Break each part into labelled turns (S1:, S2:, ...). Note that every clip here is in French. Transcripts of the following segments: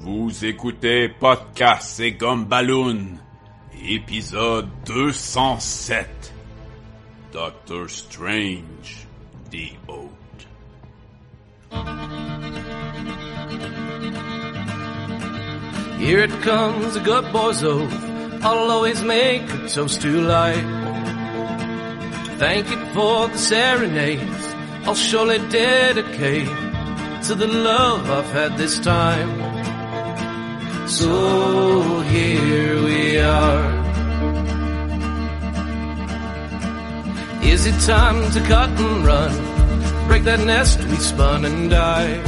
S1: Vous écoutez Podcast et Gumballoon, épisode 207. Doctor Strange, The Oath.
S2: Here it comes, a good boy's oath. I'll always make a toast to life. Thank you for the serenades. I'll surely dedicate to the love I've had this time. So here we are. Is it time to cut and run? Break that nest we spun and die.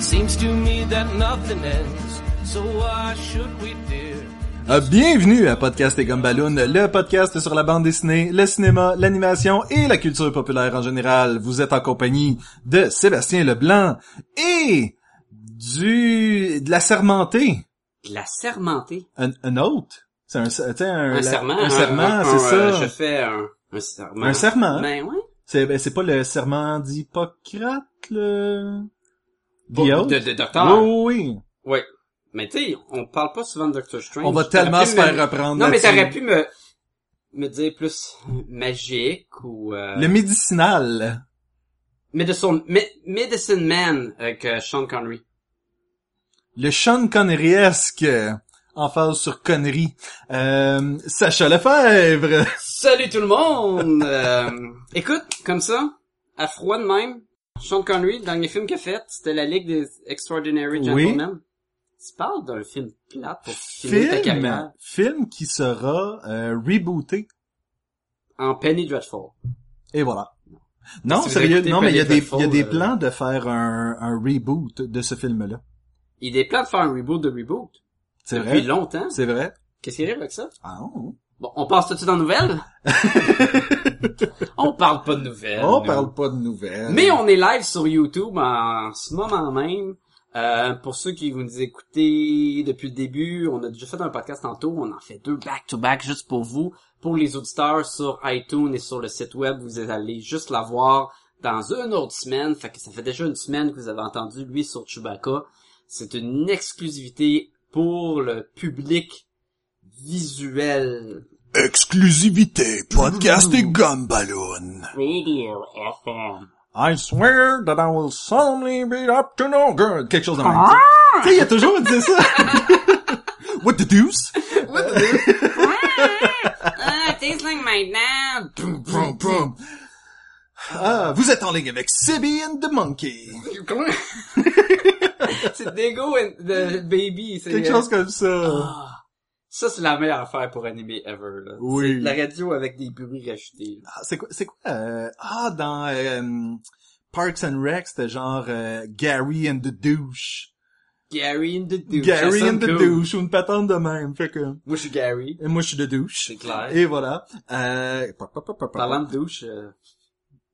S2: Seems to me that nothing ends. So why should we, dear?
S3: Euh, Bienvenue à Podcast et Gumballoon, le podcast sur la bande dessinée, le cinéma, l'animation et la culture populaire en général. Vous êtes en compagnie de Sébastien Leblanc et du de la sermentée,
S4: La sermentée.
S3: un, un autre. C'est un, tu sais, un,
S4: Un
S3: la-
S4: serment. hein,
S3: un serment,
S4: un-
S3: c'est ça.
S4: un, euh, Je fais un, un serment.
S3: Un serment.
S4: Ben ouais.
S3: C'est ben, c'est pas le serment d'Hippocrate, le. The Oath?
S4: De, de docteur.
S3: Oui, oui, oui.
S4: Ouais. Mais tu sais, on parle pas souvent de Doctor Strange.
S3: On va
S4: T'aurais
S3: tellement
S4: pu
S3: se
S4: me-
S3: faire reprendre.
S4: Non, mais
S3: là-dessus.
S4: t'aurais pu me, me dire plus magique ou, euh,
S3: Le médicinal.
S4: Medicine, Me- Medicine Man avec euh, Sean Connery.
S3: Le Sean Connery-esque, euh, en phase sur connerie. Euh, Sacha Lefebvre.
S4: Salut tout le monde! Euh, écoute, comme ça, à froid de même, Sean Connery, dans les films qu'il a fait, c'était la Ligue des Extraordinary
S3: Oui.
S4: Gentlemen. Tu parles d'un film plat pour finir ta carrière.
S3: Film, film qui sera euh, rebooté.
S4: en Penny Dreadful.
S3: Et voilà. Non,
S4: Si vous
S3: sérieux,
S4: écoutez
S3: non, mais il y a
S4: Penny
S3: des, il y a des
S4: Dreadful, euh,
S3: plans de faire un, un reboot de ce film-là.
S4: Il y a des plans de faire un reboot de reboot.
S3: C'est
S4: depuis
S3: vrai?
S4: longtemps.
S3: C'est vrai?
S4: Qu'est-ce qui arrive avec ça?
S3: Ah, oh.
S4: Bon, on passe tout de suite en nouvelles. on parle pas de nouvelles.
S3: on
S4: nous.
S3: parle pas de nouvelles.
S4: Euh, Mais on est live sur YouTube en ce moment même. Euh, pour ceux qui vous nous écoutez depuis le début, on a déjà fait un podcast tantôt. On en fait deux back-to-back juste pour vous. Pour les auditeurs sur iTunes et sur le site web, vous allez juste la voir dans une autre semaine. Fait que ça fait déjà une semaine que vous avez entendu lui sur Chewbacca. C'est une exclusivité pour le public visuel.
S3: Exclusivité, podcast et gomme ballon.
S4: Radio FM.
S3: I swear that I will solemnly be up to no good. Quelque chose de même.
S4: Ah!
S3: Tu sais, il y a toujours dit ça. What the deuce?
S4: Ah, tastes like my dad.
S3: Vroom, vroom. Ah, vous êtes en ligne avec Sibby and the Monkey.
S4: Comment? c'est Dego and the Baby. c'est-
S3: Quelque chose comme ça.
S4: Ah. Ça, c'est la meilleure affaire pour animer ever. Là.
S3: Oui.
S4: La radio avec des bruits rajoutés. là.
S3: Ah, c'est quoi, c'est quoi, euh, ah, dans, euh, Parks and Rec, c'était genre, euh, Gary and the Douche.
S4: Gary and the Douche.
S3: Gary
S4: Ça
S3: and
S4: sonne
S3: the
S4: cool.
S3: Douche, ou une patente de même. Fait que,
S4: Moi, je suis Gary.
S3: et moi, je suis de douche.
S4: C'est clair.
S3: Et voilà. Euh, pa, pa, pa, pa, pa, pa.
S4: Parlant de douche... euh,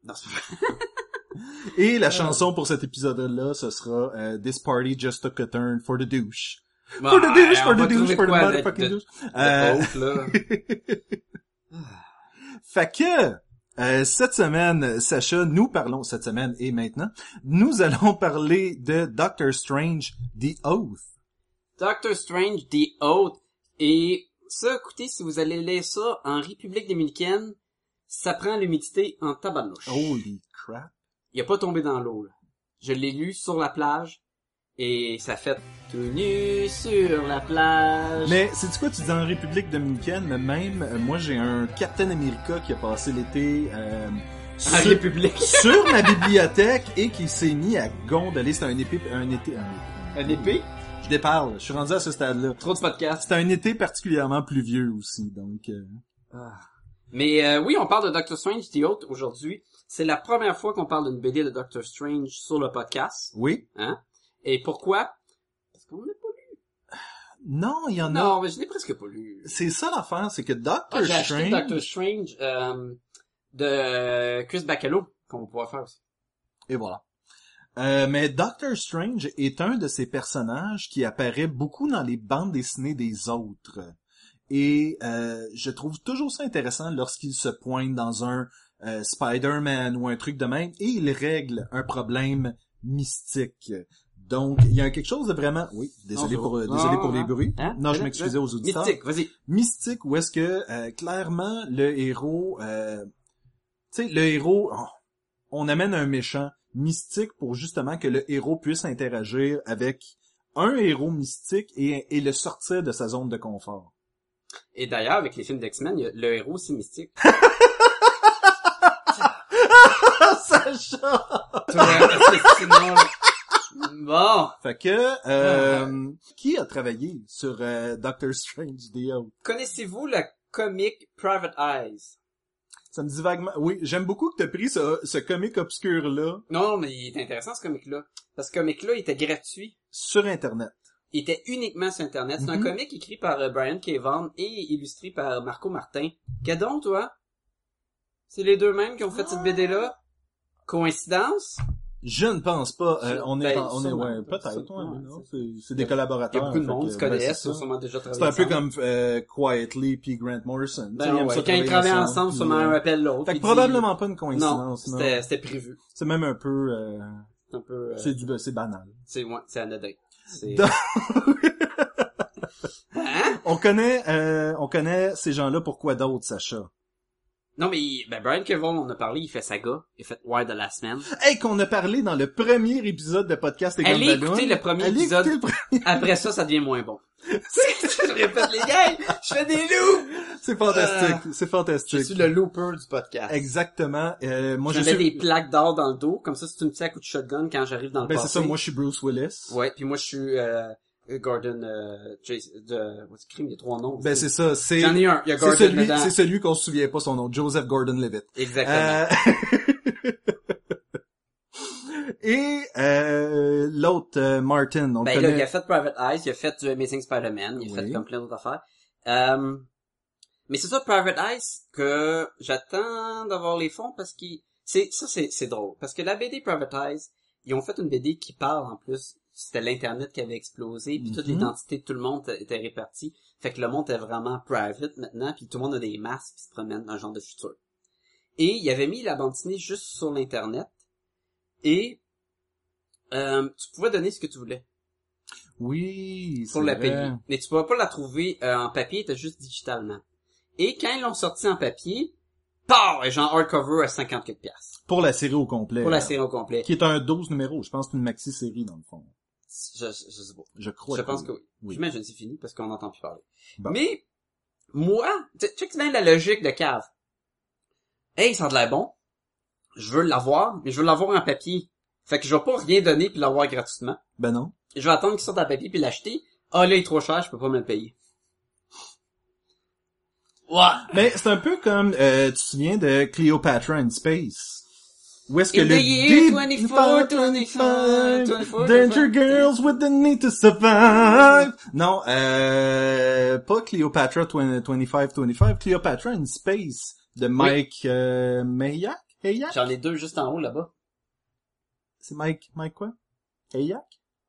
S4: Non, c'est pas vrai.
S3: Et
S4: Euh.
S3: la chanson pour cet épisode-là, ce sera euh, This Party Just Took a Turn for the Douche.
S4: Bon,
S3: For the douche,
S4: Ah, on
S3: for
S4: va
S3: the douche,
S4: trouver
S3: for the
S4: quoi oh. de-
S3: motherfucking
S4: de-
S3: douche.
S4: de
S3: Euh,
S4: haute, là.
S3: Fait que euh, cette semaine, Sacha, nous parlons cette semaine et maintenant, nous allons parler de Doctor Strange The Oath.
S4: Doctor Strange, The Oath. Et ça, écoutez, si vous allez lire ça en République Dominicaine, ça prend l'humidité en tabarnouche.
S3: Holy crap.
S4: il a pas tombé dans l'eau. là. Je l'ai lu sur la plage et ça fait tout nu sur la plage.
S3: Mais c'est quoi tu dis en République dominicaine, mais même euh, moi j'ai un Captain America qui a passé l'été euh,
S4: en
S3: sur,
S4: République,
S3: sur ma bibliothèque et qui s'est mis à gondoler. C'était un épée un été un,
S4: un épée,
S3: un- Je déparle, je suis rendu à ce stade-là.
S4: trop de podcasts.
S3: C'était un été particulièrement pluvieux aussi, donc euh,
S4: Mais euh, oui, on parle de Doctor Strange The Oath aujourd'hui. C'est la première fois qu'on parle d'une BD de Doctor Strange sur le podcast.
S3: oui.
S4: Et pourquoi? Parce qu'on l'a pas
S3: Non, il y en
S4: lu.
S3: a
S4: Non, mais je l'ai presque pas lu.
S3: C'est ça l'affaire, c'est que
S4: Ah,
S3: Doctor
S4: J'ai acheté
S3: Strange...
S4: Doctor Strange euh, de Chris Bacalo, qu'on va pouvoir faire aussi.
S3: Et voilà. Euh, mais Doctor Strange est un de ces personnages qui apparaît beaucoup dans les bandes dessinées des autres. Et euh, je trouve toujours ça intéressant lorsqu'il se pointe dans un euh, Spider-Man ou un truc de même et il règle un problème mystique. Donc, il y a quelque chose de vraiment... Oui, désolé
S4: Non,
S3: pour, euh,
S4: non,
S3: désolé pour les
S4: non.
S3: bruits.
S4: Hein?
S3: Non, je
S4: Hein?
S3: m'excusais aux auditeurs.
S4: Mystique, vas-y.
S3: mystique où est-ce que euh, clairement le héros euh, tu sais le héros oh, on amène un méchant mystique pour justement que le héros puisse interagir avec un héros mystique et, et le sortir de sa zone de confort.
S4: Et d'ailleurs, avec les films d'X-Men, il y a le héros, c'est mystique.
S3: Sacha!
S4: Toi, assassinat. bon,
S3: Fait que, euh, qui a travaillé sur euh, Doctor Strange Dio?
S4: connaissez-vous la comique Private Eyes?
S3: Ça me dit vaguement... Oui, j'aime beaucoup que t'as pris ce, ce comique obscur-là
S4: Non, mais il est intéressant ce comique-là. Parce que ce comique-là, il était gratuit.
S3: sur Internet.
S4: Il était uniquement sur Internet. C'est
S3: Mhm.
S4: un comique écrit par euh, Brian Kevan et illustré par Marco Martin. Cadon, toi? C'est les deux mêmes qui ont fait
S3: Ah!
S4: cette BD-là? Coïncidence?
S3: Je ne pense pas. Euh,
S4: Sur-
S3: on est,
S4: ben,
S3: on est,
S4: sûrement.
S3: ouais, peut-être.
S4: Sûrement,
S3: ouais,
S4: ouais,
S3: non,
S4: c'est-
S3: c'est- c'est des collaborateurs.
S4: Il y a beaucoup de
S3: fait
S4: monde
S3: que,
S4: qui
S3: ben,
S4: connaissent,
S3: c'est
S4: ils ont
S3: ça.
S4: sûrement déjà travaillé
S3: C'est un peu
S4: ensemble.
S3: comme euh, Quietly puis Grant Morrison. Tu sais,
S4: Ben
S3: ils aiment
S4: ouais,
S3: ça
S4: quand ils travaillent ensemble,
S3: puis,
S4: sûrement
S3: euh,
S4: un appelle l'autre.
S3: Fait
S4: puis
S3: que
S4: dit-
S3: probablement pas une
S4: Non,
S3: coïncidence. Non,
S4: c'était c'était prévu.
S3: c'est même un peu, euh,
S4: C'est un peu... euh,
S3: c'est du, c'est banal.
S4: C'est ouais, c'est anodin. C'est...
S3: Donc-
S4: Hein?
S3: On connaît, euh, on connaît ces gens-là. Pourquoi d'autres, Sacha
S4: Non, mais il- ben Brian Kevon, on en a parlé, il fait saga. Il fait Wire de la semaine.
S3: Hey, qu'on a parlé dans le premier épisode de podcast. et
S4: Allez
S3: Gumballoon.
S4: écouter le premier
S3: Allez
S4: épisode.
S3: écouter le pre-
S4: Après ça, ça devient moins bon. je répète les gars, je fais des loups!
S3: C'est
S4: Ah.
S3: fantastique. C'est fantastique.
S4: looper du podcast.
S3: Exactement. Euh, moi, je
S4: J'avais
S3: suis.
S4: des plaques d'or dans le dos, comme ça, si tu me tiens à coup de shotgun quand j'arrive dans le
S3: Ben c'est
S4: passé.
S3: ça. Moi, je suis Bruce Willis.
S4: Ouais, puis moi, je suis euh, Gordon... Euh, Jason, de... What's the crime? Il y a trois noms.
S3: Ben c'est ça, c'est
S4: J'en ai un, il y a
S3: c'est
S4: Gordon
S3: celui,
S4: dedans.
S3: c'est celui qu'on se souvient pas son nom, Joseph Gordon-Levitt.
S4: Exactement.
S3: Euh, Et euh, l'autre euh, Martin, on le
S4: ben là, il
S3: connaît.
S4: a fait Private Eyes, il a fait du Amazing Spider-Man, il a
S3: Oui.
S4: fait comme plein d'autres affaires. Euh, mais c'est ça, Private Eyes, que j'attends d'avoir les fonds parce que c'est ça, c'est c'est drôle. Parce que la BD Private Eyes, ils ont fait une BD qui parle en plus. C'était l'Internet qui avait explosé, puis toute
S3: Mhm.
S4: l'identité de tout le monde était était répartie. Fait que le monde est vraiment private maintenant, puis tout le monde a des masques qui se promènent dans un genre de futur. Et il avait mis la bande dessinée juste sur l'Internet, et euh, tu pouvais donner ce que tu voulais
S3: Oui, c'est
S4: pour la
S3: vrai.
S4: payer. Mais tu pourras pas la trouver euh, en papier, t'as juste digitalement. Et quand ils l'ont sorti en papier, PAH! Et genre hardcover à 54$. piastres.
S3: Pour la série au complet.
S4: Pour la
S3: là.
S4: série au complet.
S3: Qui est un 12 numéros, je pense que c'est une maxi-série dans le fond.
S4: Je, je, je sais pas.
S3: Je crois.
S4: je pense que oui.
S3: oui.
S4: J'imagine que c'est fini parce qu'on n'entend plus parler.
S3: Bon.
S4: Mais, moi, tu tu sais que c'est la logique de cave. Hey, ça a de l'air bon. Je veux l'avoir, mais je veux l'avoir en papier. Fait que je vais pas rien donner puis l'avoir gratuitement.
S3: Ben non.
S4: Je vais attendre qu'il sorte en papier puis l'acheter. Ah là, il est trop cher, je peux pas me le payer. Ouais.
S3: Mais c'est un peu comme, euh, tu te souviens de Cleopatra in Space. Où est-ce que
S4: In
S3: le
S4: the year
S3: dé-
S4: 24, 25, 24,
S3: Danger girls with the need to survive. Non, euh, pas Cleopatra 20- 25, 25, Cleopatra in Space de Mike, euh, Mayak? Hayak?
S4: J'en ai deux juste en haut là-bas.
S3: C'est Mike, Mike quoi? Hayak?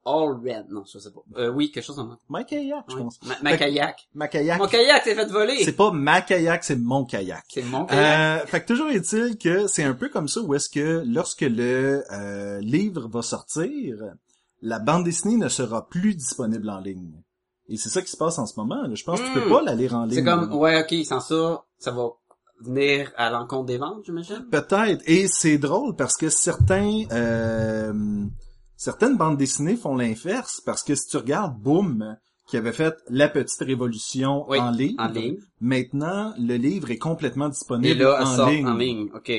S4: All red. Non, je sais pas. Euh, oui, quelque chose comme ça.
S3: Mike Hayak, je
S4: Oui.
S3: pense.
S4: Ma, ma
S3: Fait-
S4: kayak.
S3: Macayac.
S4: Mon kayak s'est fait
S3: C'est
S4: voler.
S3: pas ma kayak, c'est mon kayak.
S4: C'est mon kayak.
S3: Euh, fait que toujours est-il que c'est un peu comme ça où est-ce que lorsque le euh, livre va sortir, la bande dessinée ne sera plus disponible en ligne. Et c'est ça qui se passe en ce moment. là. Je pense que tu peux
S4: Hmm.
S3: pas la lire en ligne.
S4: C'est comme, ouais, ok, sans ça, ça va venir à l'encontre des ventes, j'imagine.
S3: Peut-être. Et c'est drôle parce que certains euh, certaines bandes dessinées font l'inverse parce que si tu regardes Boom qui avait fait la petite révolution
S4: Oui,
S3: en, ligne,
S4: En ligne.
S3: maintenant le livre est complètement
S4: Et
S3: disponible
S4: là, elle
S3: en,
S4: sort
S3: ligne.
S4: en ligne. Ok.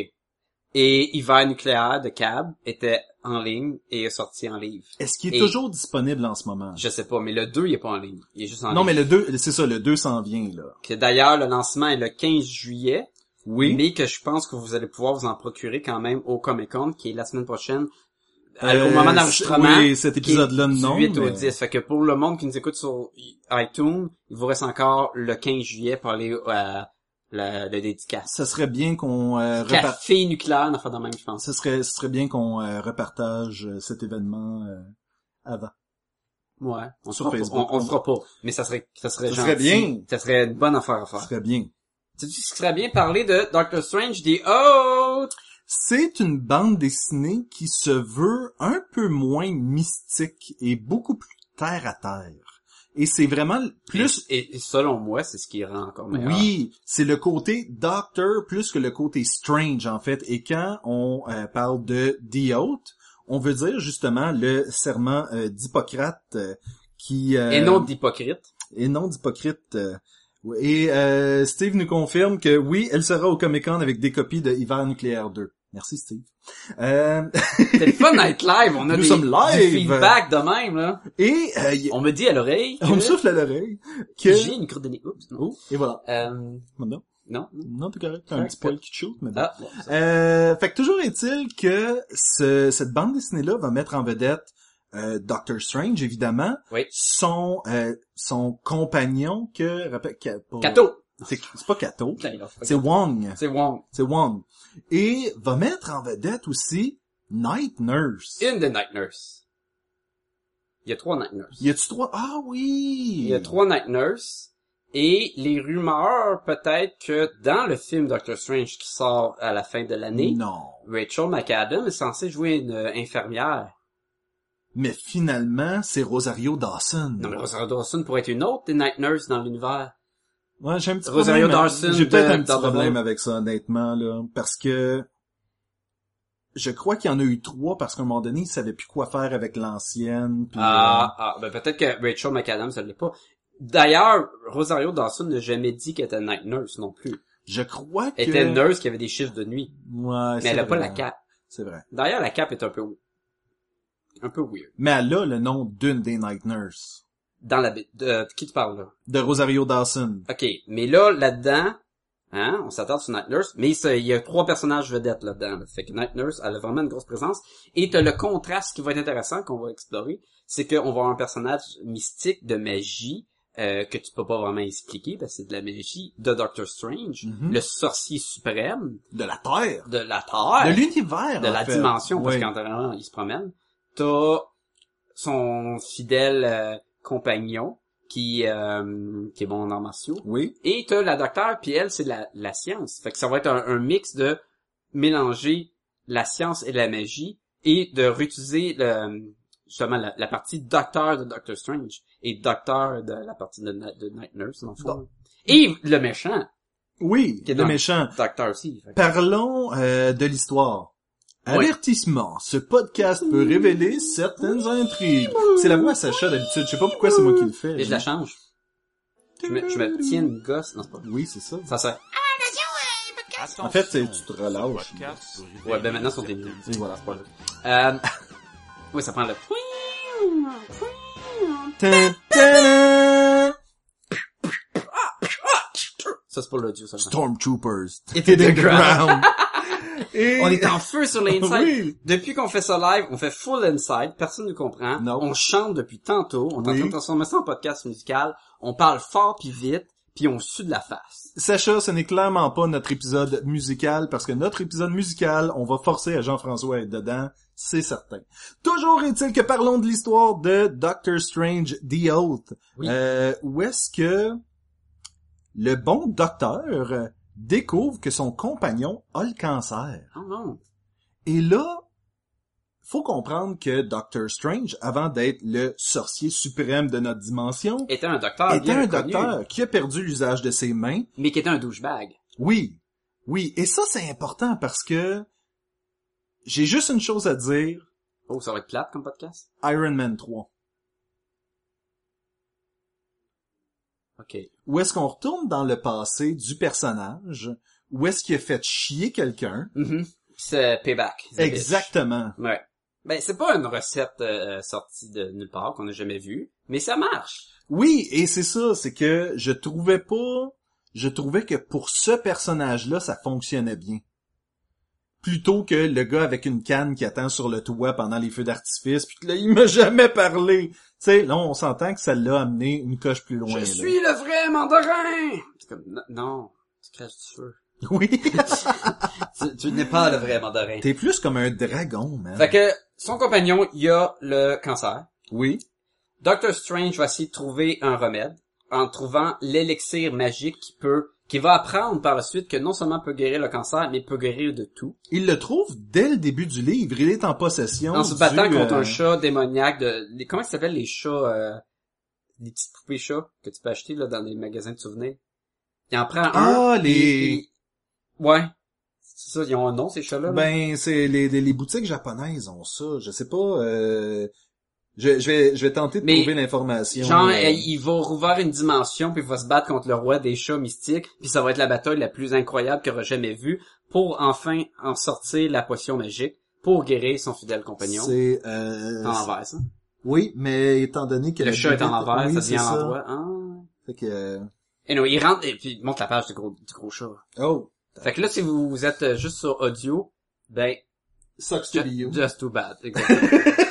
S4: Et Hiver nucléaire de Cab était en ligne et est sorti en livre.
S3: Est-ce qu'il est
S4: Et-
S3: toujours disponible en ce moment?
S4: Je sais pas, mais le 2, il est pas en ligne. Il est juste en
S3: Non, mais
S4: ligne.
S3: le 2, c'est ça, le 2 s'en vient, là.
S4: Que D'ailleurs, le lancement est le 15 juillet.
S3: Oui.
S4: mais que je pense que vous allez pouvoir vous en procurer quand même au Comic Con qui est la semaine prochaine à-
S3: Euh,
S4: au moment d'enregistrement.
S3: Oui, cet
S4: qui est
S3: épisode-là,
S4: du
S3: non.
S4: 8 au
S3: mais-
S4: 10. Fait que pour le monde qui nous écoute sur iTunes, il vous reste encore le 15 juillet pour aller à la, la dédicace.
S3: Ça serait bien qu'on euh,
S4: La
S3: repart-
S4: fille nucléaire, enfin, dans le même, je pense.
S3: ça serait, ce serait bien qu'on euh, repartage euh, cet événement euh, avant.
S4: Ouais. On
S3: Sur
S4: le fera pas.
S3: Facebook.
S4: On, on le fera pas. Mais ça serait, ça serait
S3: Ça
S4: gentil.
S3: serait bien.
S4: Ça serait une bonne affaire à
S3: Ce
S4: faire.
S3: serait bien.
S4: Tu sais, ce qui serait bien parler de Doctor Strange, des autres.
S3: C'est une bande dessinée qui se veut un peu moins mystique et beaucoup plus terre à terre. Et c'est vraiment plus
S4: Et, et selon moi, c'est ce qui rend encore meilleur.
S3: oui, c'est le côté Doctor plus que le côté Strange en fait. Et quand on euh, parle de The Oath, on veut dire justement le serment euh, d'Hippocrate euh, qui euh,
S4: Et non d'hypocrite.
S3: et non d'hypocrite. euh. Et euh, Steve nous confirme que oui, elle sera au Comic Con avec des copies de Hiver nucléaire 2. Merci Steve. Euh,
S4: C'est le fun d'être live. On a
S3: Nous
S4: des,
S3: sommes live.
S4: du feedback de même, là.
S3: et euh, y-
S4: On me dit à l'oreille que
S3: on me souffle à l'oreille que
S4: j'ai une corde de nez. Oups, non.
S3: et voilà.
S4: Euh,
S3: Non,
S4: non.
S3: non, t'es correct. T'as un petit poil qui te shoot, mais bon.
S4: Ah, bon, ça.
S3: Euh, fait que toujours est-il que ce- cette bande dessinée-là va mettre en vedette euh, Doctor Strange, évidemment,
S4: Oui.
S3: son euh, son compagnon que... rappelle- que- pour-
S4: Kato.
S3: C'est c'est pas Kato,
S4: Putain, il a fait-
S3: Euh, c'est Wong.
S4: C'est Wong.
S3: C'est Wong. Et va mettre en vedette aussi Night Nurse.
S4: In the Night Nurse. Il y a trois Night Nurse.
S3: Y a-tu trois? Ah oui!
S4: Il y a trois Night Nurse. Et les rumeurs, peut-être que dans le film Doctor Strange qui sort à la fin de l'année,
S3: Non.
S4: Rachel McAdam est censée jouer une euh, infirmière.
S3: Mais finalement, c'est Rosario Dawson.
S4: Non, mais Rosario Dawson pourrait être une autre des Night Nurse dans l'univers.
S3: Ouais, j'ai un petit
S4: Rosario
S3: problème. hein.
S4: Dawson
S3: J'ai peut-être
S4: de
S3: un petit
S4: Daredevil.
S3: problème avec ça, honnêtement, là. Parce que, je crois qu'il y en a eu trois parce qu'à un moment donné, ils savaient plus quoi faire avec l'ancienne. puis, euh,
S4: Ah, ah, ben peut-être que Rachel McAdams, ça l'est pas. D'ailleurs, Rosario Dawson n'a jamais dit qu'elle était night nurse non plus.
S3: euh, Je crois que...
S4: Elle était nurse qui avait des chiffres de nuit,
S3: Ouais,
S4: mais
S3: c'est
S4: elle a pas
S3: vrai. hein.
S4: la cape.
S3: C'est vrai.
S4: D'ailleurs, la cape est un peu un peu weird.
S3: Mais elle a le nom d'une des Night Nurse.
S4: Dans la bi- de, de qui tu parles là
S3: De Rosario Dawson.
S4: OK, mais là là-dedans, hein, on s'attarde sur Night Nurse, mais ça, il y a trois personnages vedettes là-dedans. là. Fait que Night Nurse, elle a vraiment une grosse présence et t'as le contraste qui va être intéressant qu'on va explorer, c'est qu'on va avoir un personnage mystique de magie euh, que tu peux pas vraiment expliquer parce que c'est de la magie de Doctor Strange,
S3: Mhm.
S4: le sorcier suprême
S3: De la Terre.
S4: de la Terre
S3: De l'univers,
S4: de
S3: en
S4: la
S3: fait.
S4: dimension, parce
S3: Oui.
S4: qu'en vraiment, il se promène. T'as son fidèle euh, compagnon qui euh, qui est bon en arts martiaux.
S3: Oui.
S4: Et t'as la docteure, puis elle, c'est de la, la science. Fait que ça va être un, un mix de mélanger la science et la magie et de réutiliser le, justement la, la partie docteur de Doctor Strange et docteur de la partie de, Na- de Night Nurse, dans le fond. Et le méchant,
S3: Oui,
S4: Qui est
S3: le
S4: dans-
S3: méchant.
S4: docteur aussi. Fait que-
S3: Parlons euh, de l'histoire.
S4: Oui.
S3: Avertissement. Ce podcast peut révéler certaines intrigues. C'est la voix à Sacha d'habitude. Je sais pas pourquoi c'est moi qui le fais.
S4: Et je la change. Je me, je me tiens une gosse. Non, c'est pas
S3: Oui, c'est ça.
S4: Ça sert.
S1: Attention,
S3: En fait, c'est- tu te relâches.
S1: podcast
S4: Ouais, ben maintenant, ils sont éliminés.
S3: Et voilà.
S4: Euh, oui, ça prend le...
S3: Tin, tadam!
S4: Ça, c'est pour l'audio, ça.
S3: Stormtroopers.
S4: It is the
S3: ground. Et-
S4: On est en feu sur l'inside.
S3: Oui.
S4: Depuis qu'on fait ça live, on fait full inside. Personne ne comprend.
S3: Non.
S4: On chante depuis tantôt. On est en
S3: Oui.
S4: train de transformer ça en podcast musical. On parle fort puis vite. Puis on sue de la face.
S3: Sacha, ce n'est clairement pas notre épisode musical, parce que notre épisode musical, on va forcer à Jean-François à être dedans, c'est certain. Toujours est-il que parlons de l'histoire de Doctor Strange The Oath.
S4: Oui.
S3: Euh, où est-ce que le bon docteur découvre que son compagnon a le cancer?
S4: Oh non.
S3: Et là, faut comprendre que Doctor Strange, avant d'être le sorcier suprême de notre dimension,
S4: Était un docteur
S3: était
S4: bien
S3: un
S4: reconnu,
S3: docteur qui a perdu l'usage de ses mains
S4: Mais qui était un douchebag.
S3: oui, oui, et ça c'est important parce que j'ai juste une chose à dire,
S4: Oh, ça va être plate comme podcast?
S3: Iron Man 3.
S4: OK.
S3: Où est-ce qu'on retourne dans le passé du personnage, où est-ce qu'il a fait chier quelqu'un
S4: Mhm. C'est payback. the bitch.
S3: Exactement.
S4: Ouais. Ben, c'est pas une recette euh, sortie de nulle part qu'on n'a jamais vue, mais ça marche.
S3: Oui, et c'est ça, c'est que je trouvais pas, je trouvais que pour ce personnage-là, ça fonctionnait bien. Plutôt que le gars avec une canne qui attend sur le toit pendant les feux d'artifice, puis que là, il m'a jamais parlé. Tu sais, là, on s'entend que ça l'a amené une coche plus loin.
S4: Je
S3: là.
S4: suis le vrai mandarin! C'est comme, non, non, tu craches du feu.
S3: Oui.
S4: tu, tu n'es pas le vrai mandarin.
S3: T'es plus comme un dragon, man.
S4: Fait que, son compagnon, il a le cancer.
S3: Oui.
S4: Doctor Strange va essayer de trouver un remède en trouvant l'élixir magique qui peut qui va apprendre par la suite que non seulement peut guérir le cancer, mais peut guérir de tout.
S3: Il le trouve dès le début du livre. Il est en possession.
S4: en se battant
S3: du,
S4: contre
S3: euh,
S4: un chat démoniaque de... les- Comment ils s'appellent les chats... Euh... Les petites poupées chats que tu peux acheter là dans les magasins de souvenirs. Il en prend un.
S3: Ah,
S4: puis-
S3: les-
S4: puis- Ouais. C'est ça, ils ont un nom ces chats-là. là.
S3: Ben, c'est les, les, les boutiques japonaises ont ça. Je sais pas. euh, Je, je vais, je vais tenter de
S4: Mais,
S3: trouver l'information.
S4: Genre,
S3: euh,
S4: euh, il va rouvrir une dimension, puis il va se battre contre le roi des chats mystiques, puis ça va être la bataille la plus incroyable qu'il aura jamais vue, pour enfin en sortir la potion magique, pour guérir son fidèle compagnon.
S3: C'est euh,
S4: C'est en envers, ça.
S3: Oui, mais étant donné que
S4: Le
S3: la
S4: chat est en
S3: bibite-
S4: envers,
S3: oui,
S4: ça
S3: c'est
S4: devient en
S3: ça.
S4: l'endroit.
S3: Fait que euh,
S4: Et non, il rentre, et puis il monte la page du gros, du gros chat.
S3: oh,
S4: Fait que là, si vous, vous êtes euh, juste sur audio, ben,
S3: sucks to
S4: ju-
S3: be you.
S4: just too bad, exactement.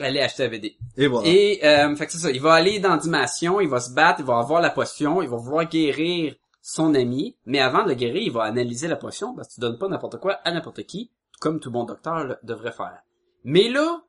S4: Allez acheter la BD.
S3: Et voilà.
S4: Et euh, fait que c'est ça, il va aller dans Dimation, il va se battre, il va avoir la potion, il va vouloir guérir son ami, mais avant de le guérir, il va analyser la potion parce que tu donnes pas n'importe quoi à n'importe qui, comme tout bon docteur le- devrait faire. Mais là,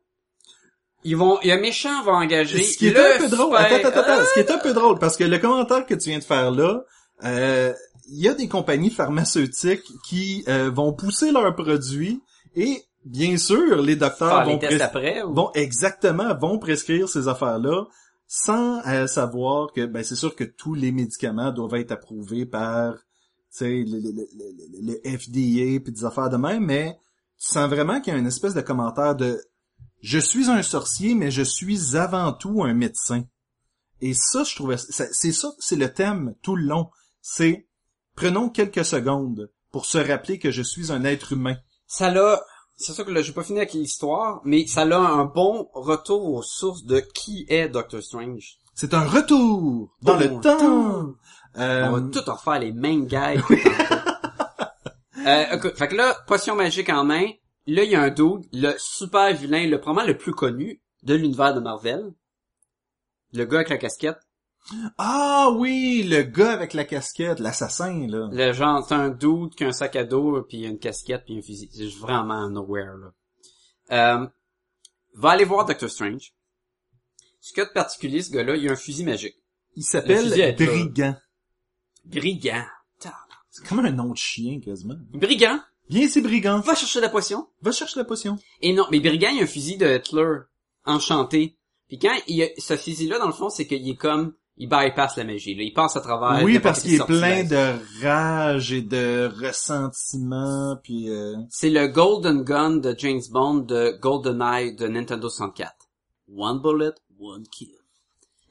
S4: ils vont, il y a un méchant va engager
S3: Ce qui est
S4: le Ah!
S3: un peu drôle,
S4: super-
S3: attends, attends, attends, ce qui est un peu drôle, parce que le commentaire que tu viens de faire là, euh, il y a des compagnies pharmaceutiques qui euh, vont pousser leurs produits et bien sûr les docteurs
S4: faire
S3: vont
S4: Ah, les tests
S3: pres-
S4: après. ou-
S3: vont exactement vont prescrire ces affaires-là sans euh, savoir que ben c'est sûr que tous les médicaments doivent être approuvés par tu sais le, le- le- le- le FDA puis des affaires de même mais tu sens vraiment qu'il y a une espèce de commentaire de je suis un sorcier mais je suis avant tout un médecin. Et ça je trouvais ça- c'est ça c'est le thème tout le long, c'est prenons quelques secondes pour se rappeler que je suis un être humain.
S4: ça l'a c'est sûr que là j'ai pas fini avec l'histoire mais ça l'a un bon retour aux sources de qui est Doctor Strange
S3: C'est un retour dans
S4: Oh,
S3: le temps. Euh,
S4: on va tout refaire les mêmes gags que tantôt. euh, écoute, fait que là potion magique en main là il y a un dude le super vilain le probablement le plus connu de l'univers de Marvel le gars avec la casquette
S3: Ah oui, le gars avec la casquette, l'assassin là.
S4: le genre c'est un dude qui a un sac à dos puis une casquette puis un fusil c'est vraiment nowhere là euh, va aller voir Doctor Strange ce qu'il y a de particulier ce gars-là il a un fusil magique
S3: Il
S4: Le fusil à
S3: s'appelle
S4: étoile.
S3: Brigand.
S4: Brigand.
S3: C'est comme un nom de chien quasiment.
S4: Brigand,
S3: Viens ici Brigand,
S4: va chercher la potion.
S3: va chercher la potion.
S4: Et non, mais Brigand, il a un fusil de Hitler, enchanté. Puis quand il a ce fusil-là, dans le fond, c'est qu'il est comme, il bypass la magie, là. Il passe à travers.
S3: oui,
S4: n'importe
S3: parce
S4: quel
S3: qu'il Ah, est plein
S4: sortilège.
S3: de rage et de ressentiment puis euh,
S4: C'est le Golden Gun de James Bond de GoldenEye de Nintendo 64. One bullet, one kill.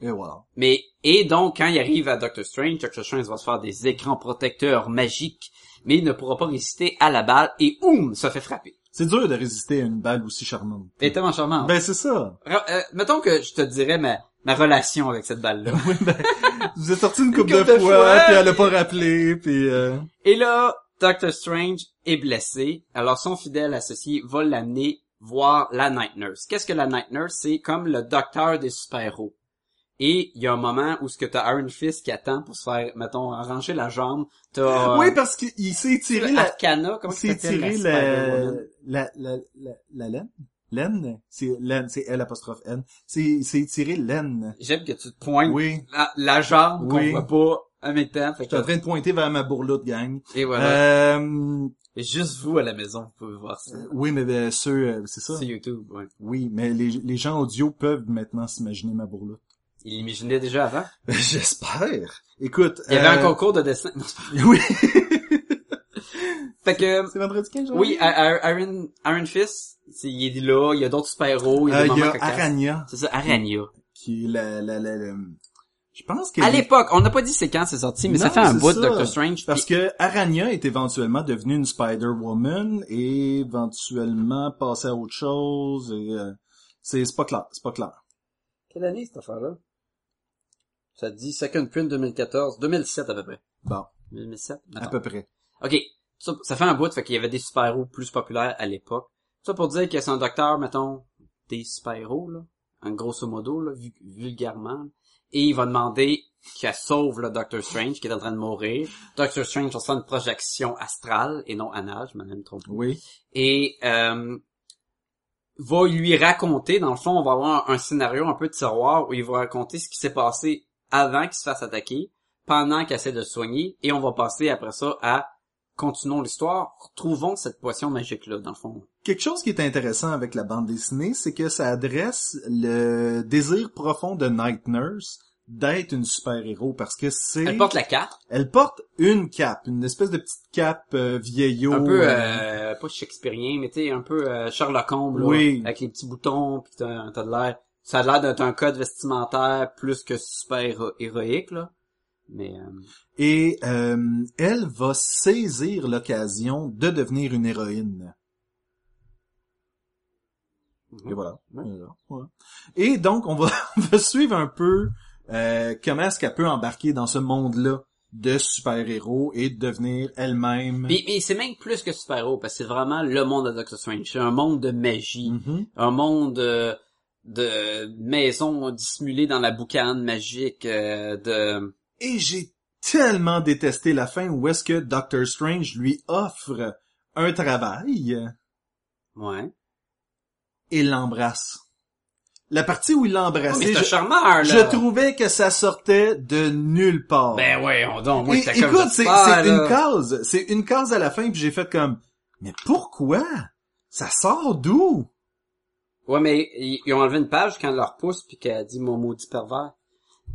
S3: et voilà.
S4: Mais, et donc, quand il arrive à Doctor Strange, Doctor Strange va se faire des écrans protecteurs magiques, mais il ne pourra pas résister à la balle et oum, se fait frapper.
S3: C'est dur de résister à une balle aussi charmante.
S4: Et tellement charmant.
S3: Ben c'est ça.
S4: Ra- euh, mettons que je te dirais ma, ma relation avec cette balle-là.
S3: Vous êtes sorti une coupe, de,
S4: couple de
S3: fois,
S4: fois,
S3: puis elle a
S4: puis-
S3: pas rappelé puis euh,
S4: Et là, Doctor Strange est blessé. Alors son fidèle associé va l'amener voir la Night Nurse. Qu'est-ce que la Night Nurse? C'est comme le docteur des super-héros. Et il y a un moment où ce que t'as Iron Fist qui attend pour se faire, mettons, arranger la jambe. T'as... euh,
S3: Oui, parce qu'il s'est tiré Ah, la
S4: Arcana, comment
S3: Il
S4: ça
S3: s'est
S4: s'appelle?
S3: tiré la,
S4: Spider-Woman?
S3: la, la, la, la laine. Laine? C'est laine, c'est L apostrophe N. C'est, il s'est tiré laine.
S4: J'aime que tu te pointes
S3: Oui.
S4: la, la jambe
S3: Oui.
S4: qu'on voit pas en même temps. Fait
S3: Je suis en
S4: que-
S3: train de pointer vers ma bourloute, gang.
S4: Et voilà.
S3: Euh,
S4: Et juste vous à la maison, vous pouvez voir ça.
S3: oui, mais euh, ceux, euh, c'est ça.
S4: Sur YouTube, ouais.
S3: Oui, mais les, les gens audio peuvent maintenant s'imaginer ma bourloute.
S4: Il l'imaginait déjà avant.
S3: J'espère. Écoute.
S4: Il y avait un
S3: euh,
S4: concours de dessin. Non, c'est pas vrai.
S3: Oui.
S4: Fait que,
S3: c'est vendredi 15 janvier?
S4: oui, ah, Ar- Ar- Iron, Iron Fist, c'est- il est là, il y a d'autres super-héros, il y a
S3: Euh,
S4: des
S3: il y
S4: moments
S3: a
S4: cocasses.
S3: Arania,
S4: C'est ça, Arania.
S3: qui est la, la, la, la- je pense qu'elle
S4: À
S3: est-
S4: l'époque, on n'a pas dit c'est quand c'est sorti, mais ça
S3: Non,
S4: fait un
S3: c'est
S4: bout
S3: ça.
S4: de Doctor Strange.
S3: Parce
S4: puis-
S3: que Aranya est éventuellement devenue une Spider-Woman et éventuellement passée à autre chose. et, euh, c'est c'est pas clair, c'est pas clair.
S4: Quelle année, cette affaire-là? Ça dit Second Print 2014, 2007 à peu près.
S3: Bon,
S4: 2007?
S3: à
S4: Attends.
S3: peu près.
S4: OK. Ça, ça fait un bout, fait qu'il y avait des super-héros plus populaires à l'époque. Ça pour dire que c'est un docteur, mettons, des super-héros, là. En grosso modo, là, vu- vulgairement. Et il va demander qu'elle sauve le Doctor Strange, qui est en train de mourir. Doctor Strange reçoit une projection astrale, et non anale, je m'en ai trompé.
S3: Oui.
S4: Et, euh, va lui raconter, dans le fond, on va avoir un, un scénario un peu de tiroir où il va raconter ce qui s'est passé avant qu'il se fasse attaquer. pendant qu'elle essaie de se soigner, et on va passer après ça à continuons l'histoire, retrouvons cette potion magique-là, dans le fond.
S3: Quelque chose qui est intéressant avec la bande dessinée, c'est que ça adresse le désir profond de Night Nurse d'être une super-héros parce que c'est
S4: Elle porte la carte,
S3: Elle porte une cape, une espèce de petite cape euh, vieillot.
S4: un peu,
S3: euh,
S4: euh, pas shakespearien, mais tu sais, un peu euh, Sherlock Holmes, là,
S3: Oui.
S4: avec les petits boutons, pis t'as t'as de l'air... Ça a l'air d'être un code vestimentaire plus que super-héroïque, là. Mais... euh,
S3: Et euh, elle va saisir l'occasion de devenir une héroïne. Et voilà.
S4: Mhm. Ouais.
S3: Et voilà. Ouais. Et donc, on va, on va suivre un peu euh, comment est-ce qu'elle peut embarquer dans ce monde-là de super-héros et devenir elle-même.
S4: Mais, mais c'est même plus que super-héros, parce que c'est vraiment le monde de Doctor Strange. C'est un monde de magie,
S3: Mhm.
S4: un monde euh, de maisons dissimulées dans la boucane magique, euh, de...
S3: Et j'ai tellement détesté la fin où est-ce que Doctor Strange lui offre un travail
S4: Ouais.
S3: et l'embrasse. La partie où il
S4: Ah,
S3: l'embrassait,
S4: mais c'est un
S3: je,
S4: charmeur, là!
S3: je trouvais que ça sortait de nulle part.
S4: Ben ouais, on donne. Moi,
S3: Et-
S4: j'étais comme...
S3: écoute, c'est
S4: j'espère,
S3: c'est une
S4: là.
S3: case. C'est une case à la fin, puis j'ai fait comme... Mais pourquoi? Ça sort d'où?
S4: Ouais, mais ils, ils ont enlevé une page quand elle leur pousse puis qu'elle dit mon maudit pervers.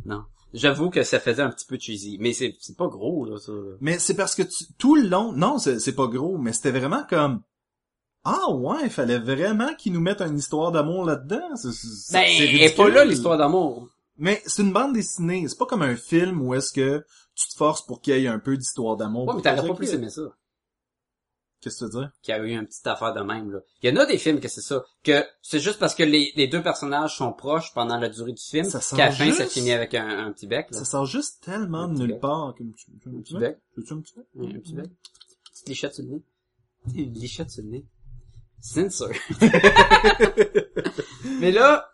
S4: Non. J'avoue que ça faisait un petit peu cheesy. Mais c'est, c'est pas gros, là, ça. là.
S3: Mais c'est parce que tu- tout le long... Non, c'est c'est pas gros, mais c'était vraiment comme... Ah ouais, fallait vraiment qu'ils nous mettent une histoire d'amour là-dedans. C'est- c'est-
S4: Ben,
S3: c'est
S4: elle est
S3: ridicule.
S4: pas là, l'histoire d'amour.
S3: Mais c'est une bande dessinée. C'est pas comme un film où est-ce que tu te forces pour qu'il y ait un peu d'histoire d'amour.
S4: Ouais, mais t'aurais pas plus aimé ça.
S3: Qu'est-ce que tu veux dire?
S4: Qu'il y avait eu une petite affaire de même, là. Il y en a des films que c'est ça. Que c'est juste parce que les, les deux personnages sont proches pendant la durée du film.
S3: Ça sent
S4: Qu'à la fin,
S3: juste.
S4: ça finit avec un, un petit bec, là.
S3: Ça sort juste tellement
S4: Un
S3: de
S4: petit
S3: nulle
S4: bec.
S3: part. Comme tu, tu veux un
S4: Un
S3: petit
S4: petit
S3: bec?
S4: bec.
S3: Tu veux un petit bec?
S4: Un petit bec. Petite lichette sur le nez. Une lichette sur le nez. Censure. mais là...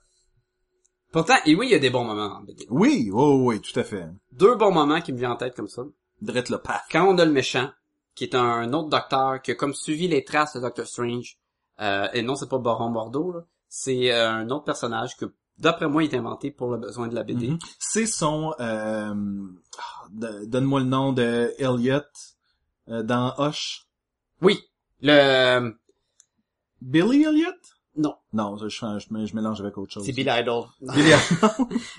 S4: Pourtant, et oui, il y a des bons moments en BD.
S3: Oui, oh, oui, tout à fait.
S4: deux bons moments qui me viennent en tête comme ça.
S3: Drette le paf.
S4: Quand on a le méchant, qui est un autre docteur, qui a comme suivi les traces de Doctor Strange, euh, et non, c'est pas Baron Bordeaux, là, c'est euh, un autre personnage que, d'après moi, il est inventé pour le besoin de la BD.
S3: Mhm. C'est son... euh, ah, de- Donne-moi le nom de Elliot euh, dans Hush.
S4: Oui, le...
S3: Billy Elliot?
S4: Non,
S3: Non, je, je, je- je mélange avec autre chose.
S4: c'est Bill Idol.
S3: Billy-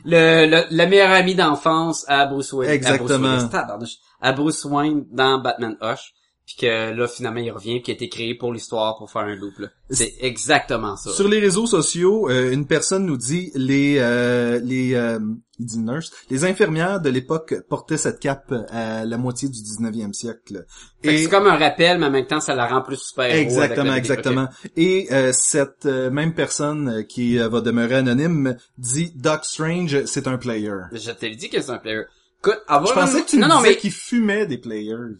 S4: le, le, la meilleure amie d'enfance à Bruce Wayne. À
S3: Exactement.
S4: Bruce, Willis, tabarnouche. à Bruce Wayne dans Batman Hush. Puis que là, finalement, il revient, puis qui a été créé pour l'histoire, pour faire un loop. là. C'est exactement ça.
S3: Sur les réseaux sociaux, euh, une personne nous dit les euh, les euh, il dit nurse, les infirmières de l'époque portaient cette cape à la moitié du 19e siècle.
S4: Fait que C'est comme un rappel, mais en même temps, ça la rend plus super héros.
S3: Exactement, exactement. Et euh, cette euh, même personne euh, qui euh, va demeurer anonyme dit Doc Strange, c'est un player.
S4: Je t'ai dit que c'est un player. Écoute, avoir
S3: Je pensais
S4: une-
S3: que tu
S4: non,
S3: me
S4: non,
S3: disais
S4: mais...
S3: qu'il fumait des players.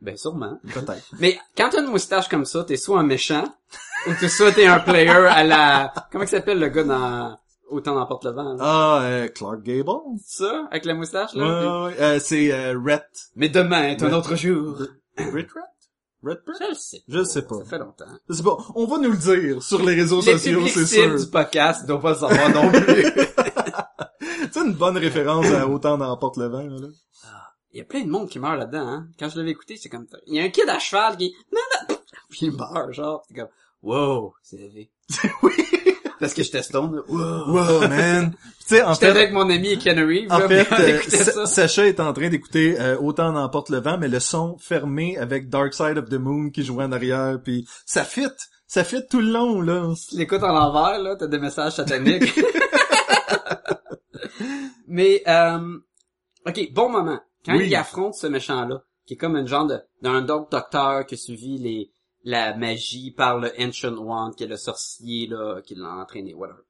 S4: Ben, sûrement.
S3: Peut-être.
S4: Mais quand t'as une moustache comme ça, t'es soit un méchant, ou t'es soit t'es un player à la... Comment il s'appelle le gars dans... Autant n'emporte le vent, là?
S3: ah, euh, Clark Gable.
S4: Ça, avec la moustache,
S3: Ouais,
S4: là? puis-
S3: ouais, euh, c'est euh, Rhett.
S4: Mais demain est un
S3: Ouais.
S4: autre jour.
S3: Rhett Rhett? Rhett Rhett?
S4: Je le sais.
S3: Je le sais pas.
S4: Ça fait longtemps.
S3: Je sais pas. On va nous le dire sur les réseaux
S4: Les
S3: sociaux,
S4: publics
S3: c'est sûr.
S4: cibles du podcast doivent pas le savoir non plus.
S3: C'est une bonne référence à Autant dans Porte le vent, là.
S4: Il y a plein de monde qui meurt là-dedans, hein. Quand je l'avais écouté, c'est comme, il y a un kid à cheval qui, Non, non. puis il meurt, genre, c'est comme, wow, c'est élevé.
S3: Oui.
S4: Parce que j'étais stone, là. wow.
S3: Wow, man. tu sais, en
S4: J'étais
S3: fait,
S4: avec mon ami Ken Reeves,
S3: en
S4: là,
S3: fait,
S4: puis on
S3: euh,
S4: écoutait
S3: Sa-
S4: ça.
S3: Sacha est en train d'écouter euh, Autant dans Porte le vent, mais le son fermé avec Dark Side of the Moon qui jouait en arrière, puis ça fit. Ça fit tout le long, là.
S4: Tu l'écoutes en l'envers, là, t'as des messages sataniques. Mais, euh, ok, bon moment. Quand
S3: Oui.
S4: il affronte ce méchant-là, qui est comme une genre de, d'un autre docteur qui a suivi les, la magie par le Ancient One, qui est le sorcier, là, qui l'a entraîné, whatever.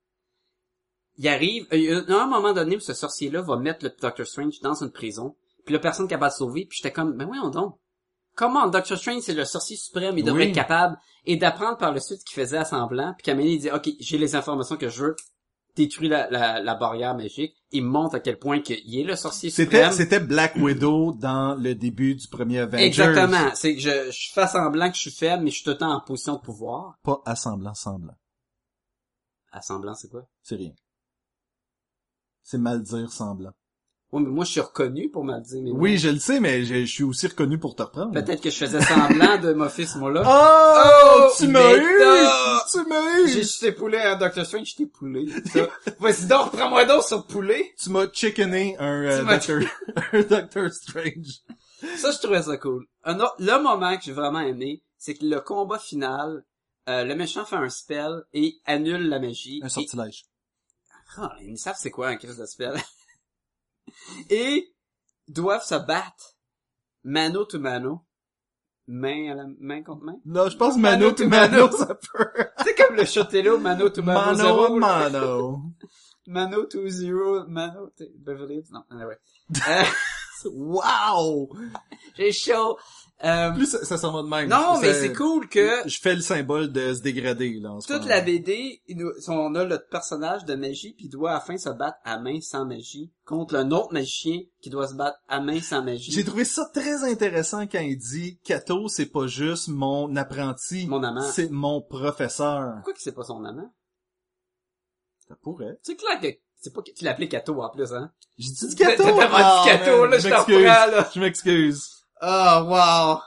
S4: Il arrive, euh, il y a un moment donné où ce sorcier-là va mettre le Doctor Strange dans une prison, puis la personne capable de sauver, puis j'étais comme, ben voyons donc. Comment Doctor Strange, c'est le sorcier suprême, il devrait
S3: Oui.
S4: être capable, et d'apprendre par le suite qu'il faisait à semblant, puis qu'Amélie dit, ok, j'ai les informations que je veux, détruit la, la, la barrière magique, il montre à quel point qu'il est le sorcier
S3: C'était,
S4: suprême.
S3: c'était Black Widow dans le début du premier Avengers.
S4: Exactement. C'est que je, je fais semblant que je suis faible, mais je suis tout le temps en position de pouvoir.
S3: Pas à semblant, semblant.
S4: À semblant, c'est quoi?
S3: C'est rien. C'est mal dire semblant.
S4: Oui, mais moi, je suis reconnu pour me le dire. Mais
S3: Oui, je le sais, mais je, je suis aussi reconnu pour te reprendre.
S4: Peut-être que je faisais semblant de m'offrir ce mot-là.
S3: Oh,
S4: Oh,
S3: tu m'as eu!
S4: méta!
S3: Tu m'as eu!
S4: J'ai je t'ai poulé, hein, Dr. Strange, je t'ai poulé. Ça. Vas-y donc, prends-moi donc sur poulet.
S3: Tu m'as chickené un, euh,
S4: Tu m'as-
S3: Doctor, un Doctor Strange.
S4: Ça, je trouvais ça cool. Un autre- le moment que j'ai vraiment aimé, c'est que le combat final, euh, le méchant fait un spell et annule la magie.
S3: Un
S4: Et-
S3: sortilège.
S4: Oh, ils savent c'est quoi un crise de spell. Et doivent se battre mano to mano, main à la main contre main.
S3: Non, je pense
S4: Mano
S3: Mano
S4: to
S3: to Mano,
S4: Mano.
S3: ça peut.
S4: C'est comme le Chotelo mano to mano, zéro,
S3: Mano,
S4: là.
S3: Mano.
S4: mano to zero, mano to Beverly Hills. Non, anyway. Euh,
S3: Wow!
S4: J'ai chaud. Euh,
S3: Plus, ça, ça s'en va de même.
S4: non,
S3: Ça-
S4: mais c'est cool que
S3: Je fais le symbole de se dégrader, là, en ce
S4: toute
S3: moment.
S4: la BD, il nous- on a notre personnage de magie puis il doit à la fin se battre à main sans magie contre un autre magicien qui doit se battre à main sans
S3: J'ai
S4: magie.
S3: trouvé ça très intéressant quand il dit Kato, c'est pas juste mon apprenti.
S4: Mon amant.
S3: C'est mon professeur.
S4: Pourquoi que c'est pas son amant?
S3: Ça pourrait.
S4: C'est clair que c'est pas que tu l'appelais Kato en plus, hein?
S3: J'ai dit Kato!
S4: T'as vraiment dit
S3: Ah,
S4: Kato,
S3: man,
S4: là, je t'en
S3: m'excuse.
S4: prends, là.
S3: Je m'excuse. Ah,
S4: Oh, wow!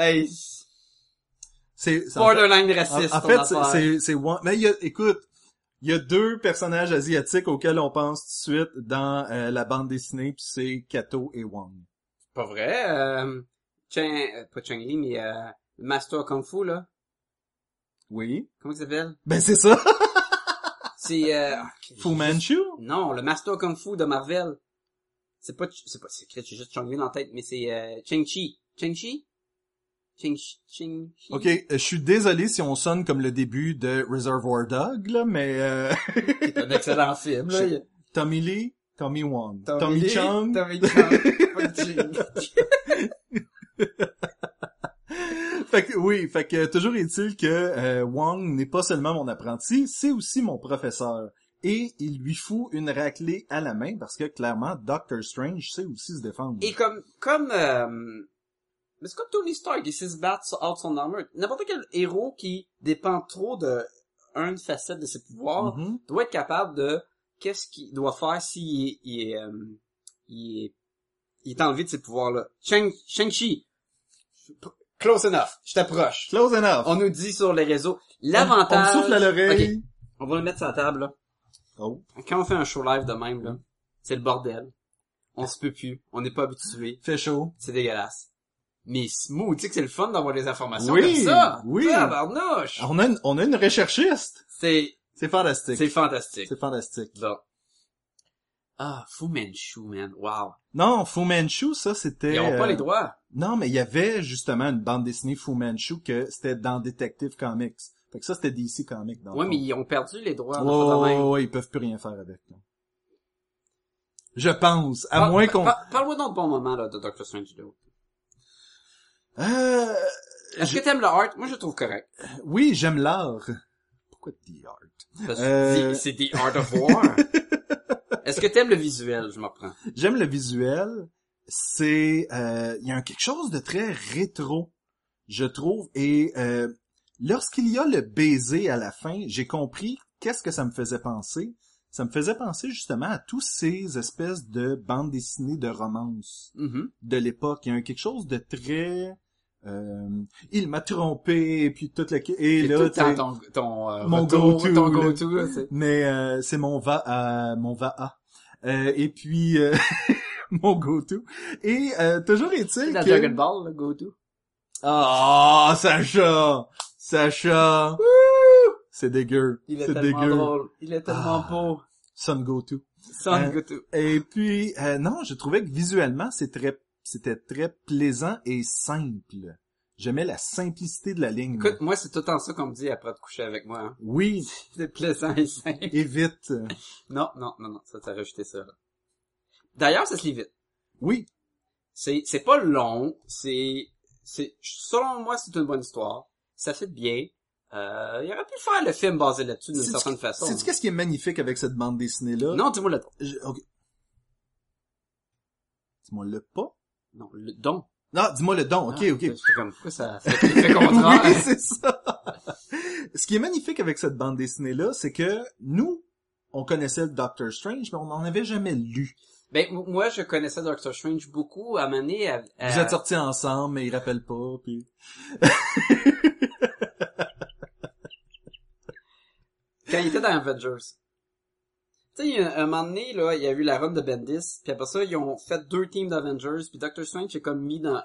S4: Hey,
S3: C'est, c'est-
S4: borderline
S3: en,
S4: raciste,
S3: Ah, en
S4: ton
S3: fait, c'est,
S4: affaire.
S3: c'est, c'est one- mais il y a, écoute, il y a deux personnages asiatiques auxquels on pense tout de suite dans euh, la bande dessinée, puis c'est Kato et Wang.
S4: pas vrai, euh, Chang, euh, pas Chang Li, mais, euh, le Master Kung Fu, là.
S3: Oui.
S4: Comment il s'appelle?
S3: Ben, c'est ça!
S4: C'est, euh, ah,
S3: Fu Manchu?
S4: non, le Master Kung Fu de Marvel. C'est pas, Ch- c'est pas secret, j'ai juste Chang Li dans la tête, mais c'est, euh, Chang Chi. Chang Chi? Chang Chi? Chang Chi?
S3: Ok, euh, je suis désolé si on sonne comme le début de Reservoir Dog, là, mais euh,
S4: C'est un excellent film, là. Il y a-
S3: Tommy Lee, Tommy Wong, Tommy,
S4: Lee,
S3: Chung.
S4: Tommy Chang. Pas Chang.
S3: Fait que oui, fait que euh, toujours est-il que euh, Wong n'est pas seulement mon apprenti, c'est aussi mon professeur. Et il lui fout une raclée à la main parce que clairement Doctor Strange sait aussi se défendre.
S4: Et comme, comme, euh, mais c'est comme Tony Stark, il sait se battre sur out son armor. N'importe quel héros qui dépend trop de une facette de ses pouvoirs
S3: Mhm.
S4: doit être capable de qu'est-ce qu'il doit faire s'il est, il est, euh, il est, il est enlevé de ses pouvoirs-là. Shang- Shang-Chi. Close enough. Je t'approche.
S3: Close enough.
S4: On nous dit sur les réseaux
S3: On me
S4: l'avantage.
S3: souffle à l'oreille.
S4: Ok, on va le mettre sur la table, là.
S3: Oh.
S4: Quand on fait un show live de même, là, c'est le bordel. On se peut plus. On n'est pas habitué
S3: Fait chaud.
S4: c'est dégueulasse. Mais smooth, tu sais que c'est le fun d'avoir des informations
S3: Oui,
S4: comme ça.
S3: oui.
S4: Tabarnouche.
S3: On a une, on a une recherchiste.
S4: C'est,
S3: C'est fantastique.
S4: c'est fantastique.
S3: C'est fantastique.
S4: Bon. Ah, Fu Manchu, man. Wow.
S3: Non, Fu Manchu, ça c'était.
S4: Ils ont pas
S3: euh,
S4: les droits.
S3: Non, mais il y avait justement une bande dessinée Fu Manchu que c'était dans Detective Comics. Fait que ça, c'était DC Comics. Dans le
S4: Ouais,
S3: fond.
S4: mais ils ont perdu les droits.
S3: Ouais,
S4: on a pas de
S3: ouais,
S4: même.
S3: ouais, ouais, ils peuvent plus rien faire avec. là. Je pense, à
S4: Par-
S3: moins
S4: par-
S3: qu'on...
S4: par- Parle-moi donc de bon moment, là, de Dr. Strange Duo.
S3: Euh,
S4: Est-ce que t'aimes le art? Moi, je le trouve correct.
S3: oui, j'aime l'art. Pourquoi The Art?
S4: Parce que
S3: Euh.
S4: c'est c'est The Art of War. Est-ce que t'aimes le visuel? Je m'en prends.
S3: J'aime le visuel. C'est... euh, Il y a un- quelque chose de très rétro, je trouve. Et euh, lorsqu'il y a le baiser à la fin, j'ai compris qu'est-ce que ça me faisait penser. Ça me faisait penser justement à tous ces espèces de bandes dessinées de romance.
S4: Mhm.
S3: de l'époque. Il y a un- quelque chose de très... euh, il m'a trompé, et puis toute la... Et
S4: C'est
S3: là,
S4: tout le temps
S3: t'sais,
S4: ton, ton, euh,
S3: mon
S4: retour,
S3: go-to,
S4: ton
S3: là.
S4: go-to, là, c'est-
S3: Mais euh, c'est mon va à... Mon va à. Euh, et puis... euh, mon go-to. Et euh, toujours
S4: C'est
S3: est-il
S4: la
S3: que...
S4: Dragon Ball, le go-to.
S3: Ah, Sacha! Sacha! C'est dégueu.
S4: Il est,
S3: C'est
S4: tellement
S3: dégueu.
S4: drôle. Il est tellement
S3: Ah.
S4: beau.
S3: Son go-to.
S4: Son
S3: Euh,
S4: Goto.
S3: Et puis, euh, non, je trouvais que visuellement, c'est très, c'était très plaisant et simple. J'aimais la simplicité de la ligne.
S4: Écoute, moi, c'est tout le temps ça qu'on me dit après de coucher avec moi. Hein.
S3: Oui,
S4: C'est plaisant et simple.
S3: et vite.
S4: Non, non, non, non. Ça, t'as rajouté ça, là. D'ailleurs, ça se lit vite.
S3: Oui,
S4: C'est, c'est pas long. C'est, c'est, selon moi, c'est une bonne histoire. Ça fait bien. Euh, il aurait pu faire le film basé là-dessus d'une
S3: Sais-tu
S4: certaine façon.
S3: sais-tu qu'est-ce qui est magnifique avec cette bande dessinée-là?
S4: Non, dis-moi le don.
S3: Je- ok. Dis-moi le pas.
S4: Non, le don.
S3: Non, dis-moi le don. Ok,
S4: Ah,
S3: ok.
S4: J'étais comme, pourquoi ça fait fait contraire?
S3: oui, c'est ça. Ce qui est magnifique avec cette bande dessinée-là, c'est que nous, on connaissait le Doctor Strange, mais on n'en avait jamais lu.
S4: Ben, m- moi, je connaissais Doctor Strange beaucoup, à mener à... à-
S3: Vous êtes sortis ensemble, mais il rappelle pas, puis...
S4: Quand il était dans Avengers. Tu sais, il y a un moment donné, là, il y a eu la run de Bendis, puis après ça, ils ont fait deux teams d'Avengers, puis Doctor Strange est comme mis dans,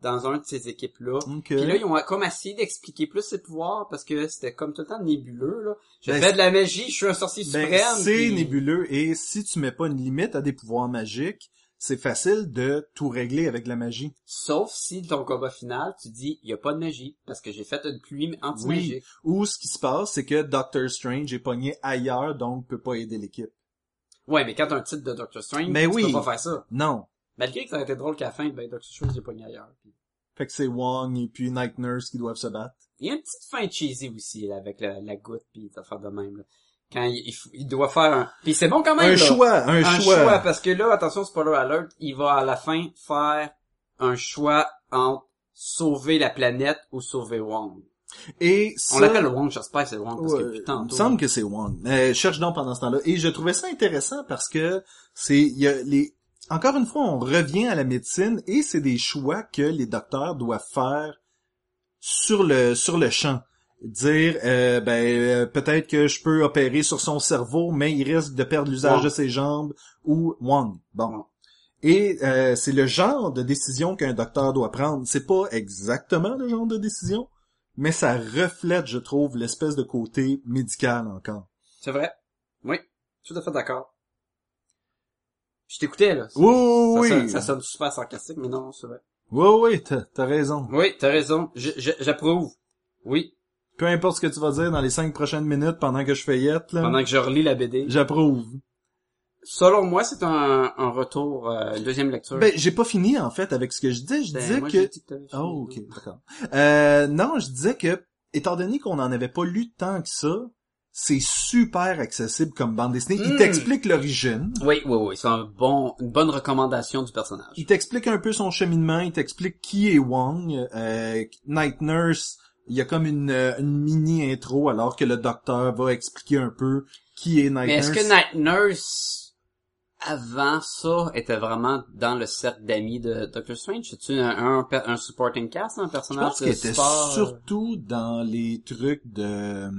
S4: dans un de ces équipes-là.
S3: Ok.
S4: Puis là, ils ont comme essayé d'expliquer plus ses pouvoirs, parce que c'était comme tout le temps nébuleux, là. Je
S3: Ben,
S4: fais de la magie, je suis un sorcier
S3: Ben,
S4: suprême.
S3: c'est
S4: puis-
S3: nébuleux et si tu mets pas une limite à des pouvoirs magiques, c'est facile de tout régler avec la magie.
S4: Sauf si ton combat final, tu dis, il y a pas de magie, parce que j'ai fait une pluie anti-magique.
S3: Ou ce qui se passe, c'est que Doctor Strange est pogné ailleurs, donc peut pas aider l'équipe.
S4: Ouais, mais quand t'as un titre de Doctor Strange,
S3: Mais
S4: tu
S3: Ben oui.
S4: peux pas faire ça.
S3: Non.
S4: Malgré que ça a été drôle qu'à la fin, ben, Doctor Strange est pogné ailleurs. puis-
S3: Fait que c'est Wong et puis Night Nurse qui doivent se battre.
S4: Il y a une petite fin cheesy aussi, là, avec la, la goutte pis des affaires de même, là. Quand il, il, faut- il doit faire un... Pis c'est bon quand même,
S3: un,
S4: là.
S3: choix, un,
S4: Un
S3: choix,
S4: choix, parce que là, attention, spoiler alert, il va à la fin faire un choix entre sauver la planète ou sauver Wong.
S3: Et
S4: On
S3: ça-
S4: l'appelle Wong, j'espère que c'est Wong, parce que hein.
S3: Ouais,
S4: putain,
S3: il me semble que c'est Wong. Mais cherche donc pendant ce temps-là. Et je trouvais ça intéressant parce que c'est, il y a les, encore une fois, on revient à la médecine et c'est des choix que les docteurs doivent faire sur le, sur le champ. Dire, euh, ben, euh, peut-être que je peux opérer sur son cerveau, mais il risque de perdre l'usage
S4: Wong.
S3: de ses jambes ou Wong. Bon.
S4: Wong.
S3: Et euh, c'est le genre de décision qu'un docteur doit prendre. C'est pas exactement le genre de décision, mais ça reflète, je trouve, l'espèce de côté médical encore.
S4: C'est vrai. Oui. Tout à fait d'accord. Je t'écoutais, là.
S3: Oui,
S4: Ça
S3: oui,
S4: sonne-
S3: oui.
S4: Ça sonne super sarcastique, mais non, c'est vrai.
S3: Oui, oui, t'as t'as raison.
S4: Oui, t'as raison. Je- je- J'approuve. Oui.
S3: Peu importe ce que tu vas dire dans les cinq prochaines minutes pendant que je feuillette, là,
S4: Pendant que je relis la BD.
S3: j'approuve.
S4: Selon moi, c'est un, un retour, euh, une deuxième lecture.
S3: Ben, j'ai pas fini, en fait, avec ce que je disais. Je
S4: Ben,
S3: disais
S4: moi,
S3: que...
S4: j'ai dit t'avais fini.
S3: Oh, ok, d'accord. Euh, non, je disais que, étant donné qu'on n'en avait pas lu tant que ça, c'est super accessible comme bande dessinée. Il
S4: Mm.
S3: t'explique l'origine.
S4: Oui, oui, oui. C'est un bon, une bonne recommandation du personnage.
S3: Il t'explique un peu son cheminement, il t'explique qui est Wong. Euh, Night Nurse, il y a comme une, euh, une mini intro alors que le docteur va expliquer un peu qui est Night
S4: Mais
S3: Nurse.
S4: est-ce que Night Nurse, avant ça, était vraiment dans le cercle d'amis de Doctor Strange? C'est-tu un, un, per- un supporting cast, un
S3: Je
S4: personnage
S3: pense qu'il était
S4: support, euh,
S3: surtout dans les trucs de euh,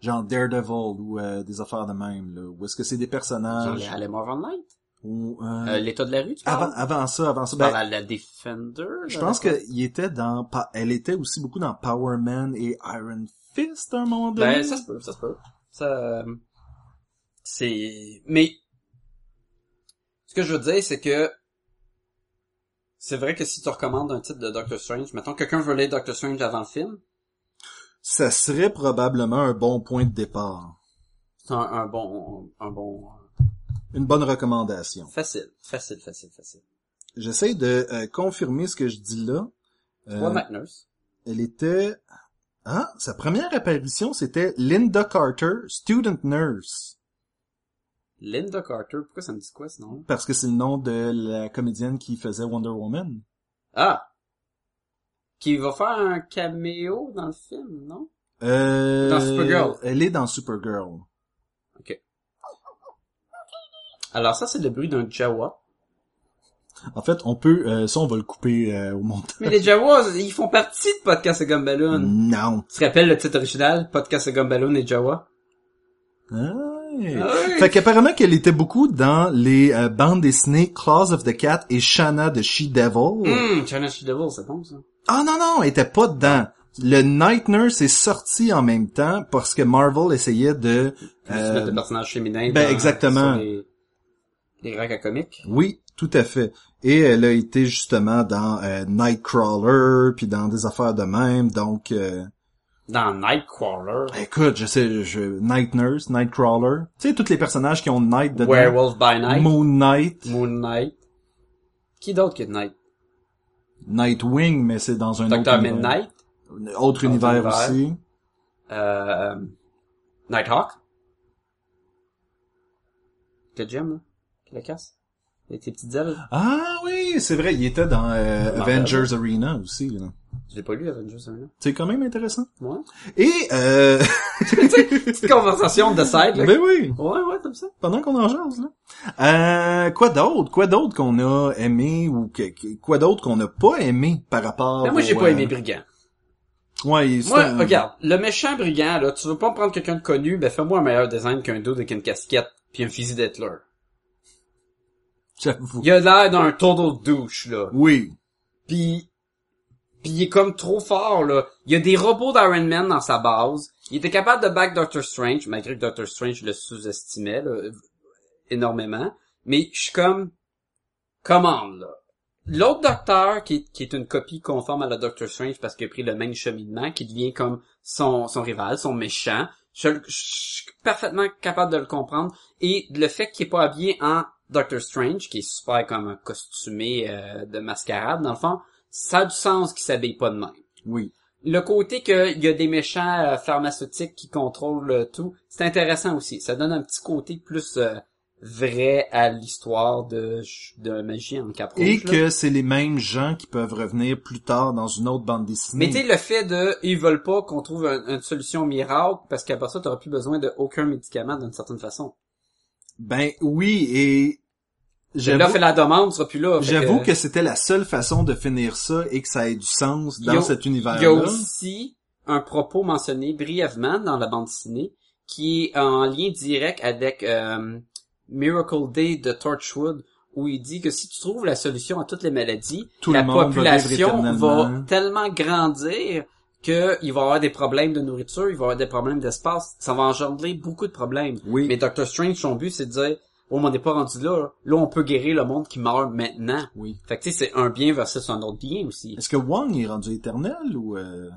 S3: genre Daredevil ou euh, des affaires de même là. Où est-ce que c'est des
S4: Genre
S3: personnages
S4: les Alley Marvel Knight?
S3: ou, euh,
S4: Euh, L'état de la rue, tu parles?
S3: avant avant ça avant ça
S4: Tu
S3: ben,
S4: parles à la Defender?
S3: je
S4: là,
S3: pense
S4: d'accord.
S3: qu'il était dans Pa- elle était aussi beaucoup dans Power Man et Iron Fist à un moment donné.
S4: Ben, ça se peut, ça se peut. Ça, euh, c'est, mais, ce que je veux dire, c'est que, c'est vrai que si tu recommandes un titre de Doctor Strange, mettons, quelqu'un veut lire Doctor Strange avant le film,
S3: ça serait probablement un bon point de départ.
S4: c'est un, un bon, un bon,
S3: Une bonne recommandation.
S4: facile, facile, facile, facile.
S3: J'essaie de euh, confirmer ce que je dis là. Euh,
S4: Trois Night Nurse.
S3: elle était... Ah, sa première apparition, c'était Linda Carter, student nurse.
S4: Linda Carter, pourquoi ça me dit quoi, ce nom?
S3: Parce que c'est le nom de la comédienne qui faisait Wonder Woman.
S4: Ah! Qui va faire un caméo dans le film, non?
S3: Euh,
S4: Dans Supergirl.
S3: Elle est dans Supergirl.
S4: Alors ça, c'est le bruit d'un Jawa.
S3: En fait, on peut... euh, ça, on va le couper euh, au montage.
S4: Mais les Jawas, ils font partie de Podcast et
S3: Mm.
S4: Gumballoon.
S3: Non.
S4: Tu te rappelles le titre original? Podcast de Gumballoon et Jawa?
S3: Ouais.
S4: Ouais.
S3: Fait qu'apparemment qu'elle était beaucoup dans les euh, bandes dessinées Claws of the Cat et Shanna de She-Devil.
S4: Hum, Challenge Devil, c'est bon, ça.
S3: Ah non, non, elle était pas dedans. Le Night Nurse est sorti en même temps parce que Marvel essayait de... euh,
S4: Euh, le personnage féminin.
S3: ben, exactement.
S4: sur Les, les racks à comiques.
S3: oui, tout à fait. Et elle a été justement dans euh, Nightcrawler, puis dans des affaires de même. Donc, euh, ben
S4: Dans Nightcrawler.
S3: écoute, je sais, je, Night Nurse, Nightcrawler. Tu sais, tous les personnages qui ont Night dedans.
S4: Werewolf by Night.
S3: Moon Knight,
S4: Moon Knight. Qui d'autre que Night?
S3: Nightwing, mais c'est dans un
S4: Doctor
S3: autre
S4: Midnight.
S3: univers. Autre univers
S4: univers.
S3: aussi.
S4: Euh, Nighthawk. Que Jim, là. Qui la casse. Avec ses petites ailes.
S3: Ah oui, oui, c'est vrai, il était dans euh,
S4: Marvel.
S3: Avengers Arena aussi. là.
S4: J'ai pas lu Avengers 1, là.
S3: C'est quand même intéressant.
S4: Moi?
S3: Et, euh...
S4: Petite conversation de side, là.
S3: ben oui,
S4: Ouais, ouais, comme ça.
S3: pendant qu'on en jase, là. Euh, quoi d'autre? Quoi d'autre qu'on a aimé ou que- que- quoi d'autre qu'on n'a pas aimé par rapport
S4: Ben, moi, j'ai
S3: au,
S4: pas
S3: euh,
S4: aimé Brigand.
S3: Ouais, c'est
S4: Moi,
S3: un-
S4: regarde, le méchant brigand, là, tu veux pas me prendre quelqu'un de connu, ben fais-moi un meilleur design qu'un dos avec une casquette puis un fusil d'Hitler.
S3: J'avoue.
S4: Il a l'air d'un total douche, là.
S3: Oui.
S4: Puis, puis il est comme trop fort, là. Il y a des robots d'Iron Man dans sa base. Il était capable de back Doctor Strange, malgré que Doctor Strange le sous-estimait, là, énormément. Mais je suis comme, commande, là. L'autre docteur, qui est, qui est une copie conforme à la Doctor Strange parce qu'il a pris le même cheminement, qui devient comme son, son rival, son méchant, je, je suis parfaitement capable de le comprendre. Et le fait qu'il est pas habillé en Doctor Strange, qui est super comme un costumé euh, de mascarade, dans le fond, ça a du sens qu'il s'habille pas de même.
S3: Oui.
S4: Le côté qu'il y a des méchants euh, pharmaceutiques qui contrôlent euh, tout, c'est intéressant aussi. Ça donne un petit côté plus euh, vrai à l'histoire de, de magie en cap
S3: Et
S4: rouge, là.
S3: que c'est les mêmes gens qui peuvent revenir plus tard dans une autre bande dessinée.
S4: Mais tu sais, le fait de, ils veulent pas qu'on trouve un- une solution miracle, parce qu'après ça, t'auras plus besoin de aucun médicament d'une certaine façon.
S3: Ben oui, et
S4: Là,
S3: j'avoue
S4: fait la demande, tu seras plus là. fait
S3: j'avoue que c'était la seule façon de finir ça et que ça ait du sens dans
S4: Yo-
S3: cet
S4: Il y a
S3: univers-là.
S4: aussi un propos mentionné brièvement dans la bande dessinée qui est en lien direct avec euh, Miracle Day de Torchwood où il dit que si tu trouves la solution à toutes les maladies,
S3: Tout
S4: la
S3: le monde va
S4: population
S3: vivre
S4: va,
S3: éternellement.
S4: tellement grandir que il va y avoir des problèmes de nourriture, il va y avoir des problèmes d'espace, ça va engendrer beaucoup de problèmes.
S3: Oui.
S4: Mais Doctor Strange, son but, c'est de dire, oh, mais on n'est pas rendu là, là, on peut guérir le monde qui meurt maintenant.
S3: Oui.
S4: Fait que tu sais, c'est un bien versus un autre bien aussi.
S3: Est-ce que Wong est rendu éternel ou euh...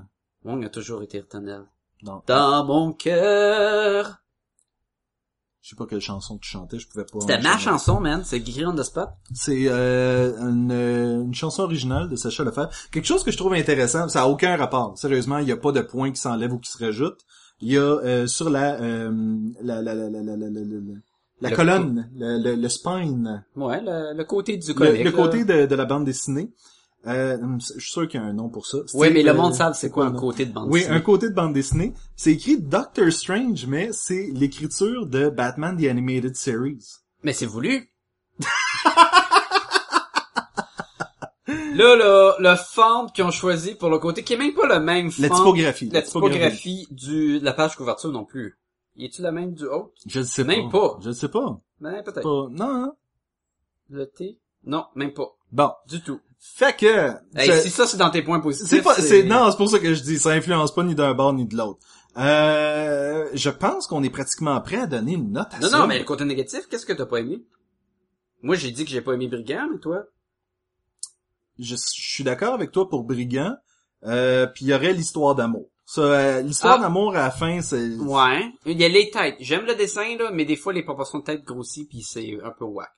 S4: Wong a toujours été éternel.
S3: dans...
S4: Dans mon cœur.
S3: Je sais pas quelle chanson tu chantais, je pouvais pas.
S4: C'était ma
S3: enchaîner.
S4: chanson, man. C'est Gris on the spot.
S3: C'est euh, une, euh, une chanson originale de Sacha Lefebvre. Quelque chose que je trouve intéressant, ça a aucun rapport. Sérieusement, il n'y a pas de point qui s'enlève ou qui se rajoute. Il y a euh, sur la, euh, la la la la la la la- la- la
S4: Le
S3: colonne, le, le, le spine,
S4: Ouais, le, le côté du
S3: le,
S4: comique.
S3: le
S4: là.
S3: côté de, de la bande dessinée. Euh, je suis sûr qu'il y a un nom pour ça.
S4: Ouais,
S3: C'est,
S4: mais le
S3: euh,
S4: monde savent c'est quoi un
S3: nom?
S4: côté de bande
S3: Oui,
S4: dessinée.
S3: un côté de bande dessinée. C'est écrit Doctor Strange, mais c'est l'écriture de Batman The Animated Series.
S4: Mais c'est voulu. là, là, le fond qu'ils ont choisi pour le côté, qui est même pas le même fond.
S3: La typographie.
S4: Ah, La typographie du, de la page couverture non plus. Y est-tu la même du haut?
S3: Je le sais
S4: Même
S3: pas.
S4: pas.
S3: Je le sais pas.
S4: Ben, peut-être.
S3: Pas- Non. hein.
S4: Le T? Non, même pas.
S3: Bon.
S4: Du tout.
S3: Fait que.
S4: Hey,
S3: je-
S4: si ça, c'est dans tes points positifs.
S3: c'est pas. C'est non, c'est pour ça que je dis. Ça influence pas ni d'un bord ni de l'autre. Euh, je pense qu'on est pratiquement prêt à donner une note à
S4: Non,
S3: ça.
S4: non, mais le côté négatif, qu'est-ce que t'as pas aimé? Moi, j'ai dit que j'ai pas aimé Brigand, mais toi?
S3: Je, je suis d'accord avec toi pour Brigand. Euh, puis il y aurait l'histoire d'amour. Ça, euh, l'histoire
S4: Ah.
S3: d'amour à la fin, c'est.
S4: Ouais. Il y a les têtes. J'aime le dessin, là, mais des fois, les proportions de tête grossies, puis c'est un peu whack.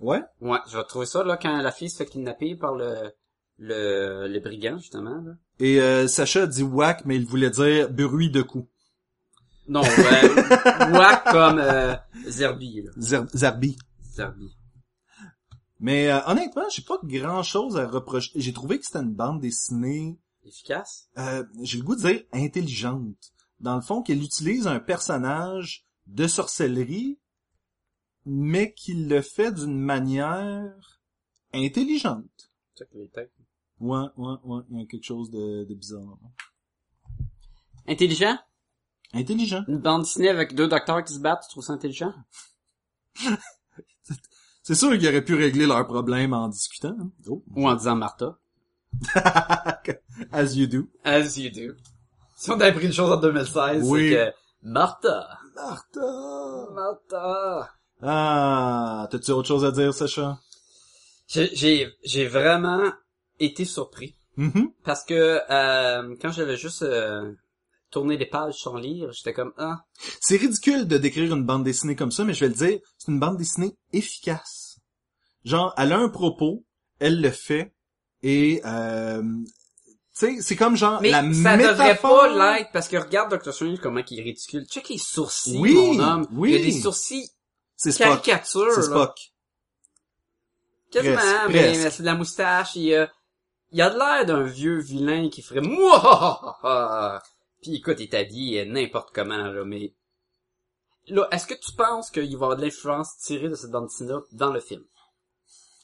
S3: Ouais.
S4: Ouais, je vais trouver ça, là, quand la fille se fait kidnapper par le, le, le brigand, justement, là.
S3: Et euh, Sacha dit whack, mais il voulait dire bruit de coups.
S4: Non, euh, whack comme, euh, Zerbi, là.
S3: Zer- Zarbi.
S4: Zerbi.
S3: Mais euh, honnêtement, j'ai pas grand chose à reprocher. J'ai trouvé que c'était une bande dessinée
S4: Efficace?
S3: euh, j'ai le goût de dire intelligente. Dans le fond, qu'elle utilise un personnage de sorcellerie, mais qu'il le fait d'une manière intelligente.
S4: Check les têtes.
S3: Ouais, ouais, ouais, il y a quelque chose de, de bizarre.
S4: Intelligent?
S3: Intelligent.
S4: Une bande dessinée avec deux docteurs qui se battent, tu trouves ça intelligent?
S3: C'est sûr qu'ils auraient pu régler leurs problèmes en discutant. hein. Oh,
S4: Ou en disant Martha?
S3: as you do.
S4: As you do. Si on avait pris une chose en 2016,
S3: Oui.
S4: c'est que Martha.
S3: Martha!
S4: Martha.
S3: Ah, t'as-tu autre chose à dire, Sacha?
S4: J'ai- J'ai j'ai vraiment été surpris
S3: Mhm.
S4: parce que euh, quand j'avais juste euh, tourné les pages sans lire, j'étais comme ah
S3: C'est ridicule de décrire une bande dessinée comme ça, mais je vais le dire, c'est une bande dessinée efficace. Genre, elle a un propos, elle le fait, et euh, tu sais, c'est comme genre
S4: mais
S3: la
S4: ça devrait
S3: métaphore-
S4: pas l'être parce que regarde Doctor Strange comment il est ridicule. Check les sourcils
S3: Oui,
S4: mon homme.
S3: oui.
S4: Il y a des sourcils
S3: C'est Spock.
S4: caricature.
S3: C'est
S4: là.
S3: Spock.
S4: Quasiment,
S3: Presque,
S4: mais,
S3: presque.
S4: mais c'est de la moustache. Il, euh, il a de l'air d'un vieux vilain qui ferait moi. Puis écoute, il t'a dit euh, n'importe comment là, mais là, est-ce que tu penses qu'il va y avoir de l'influence tirée de cette bande-là dans le film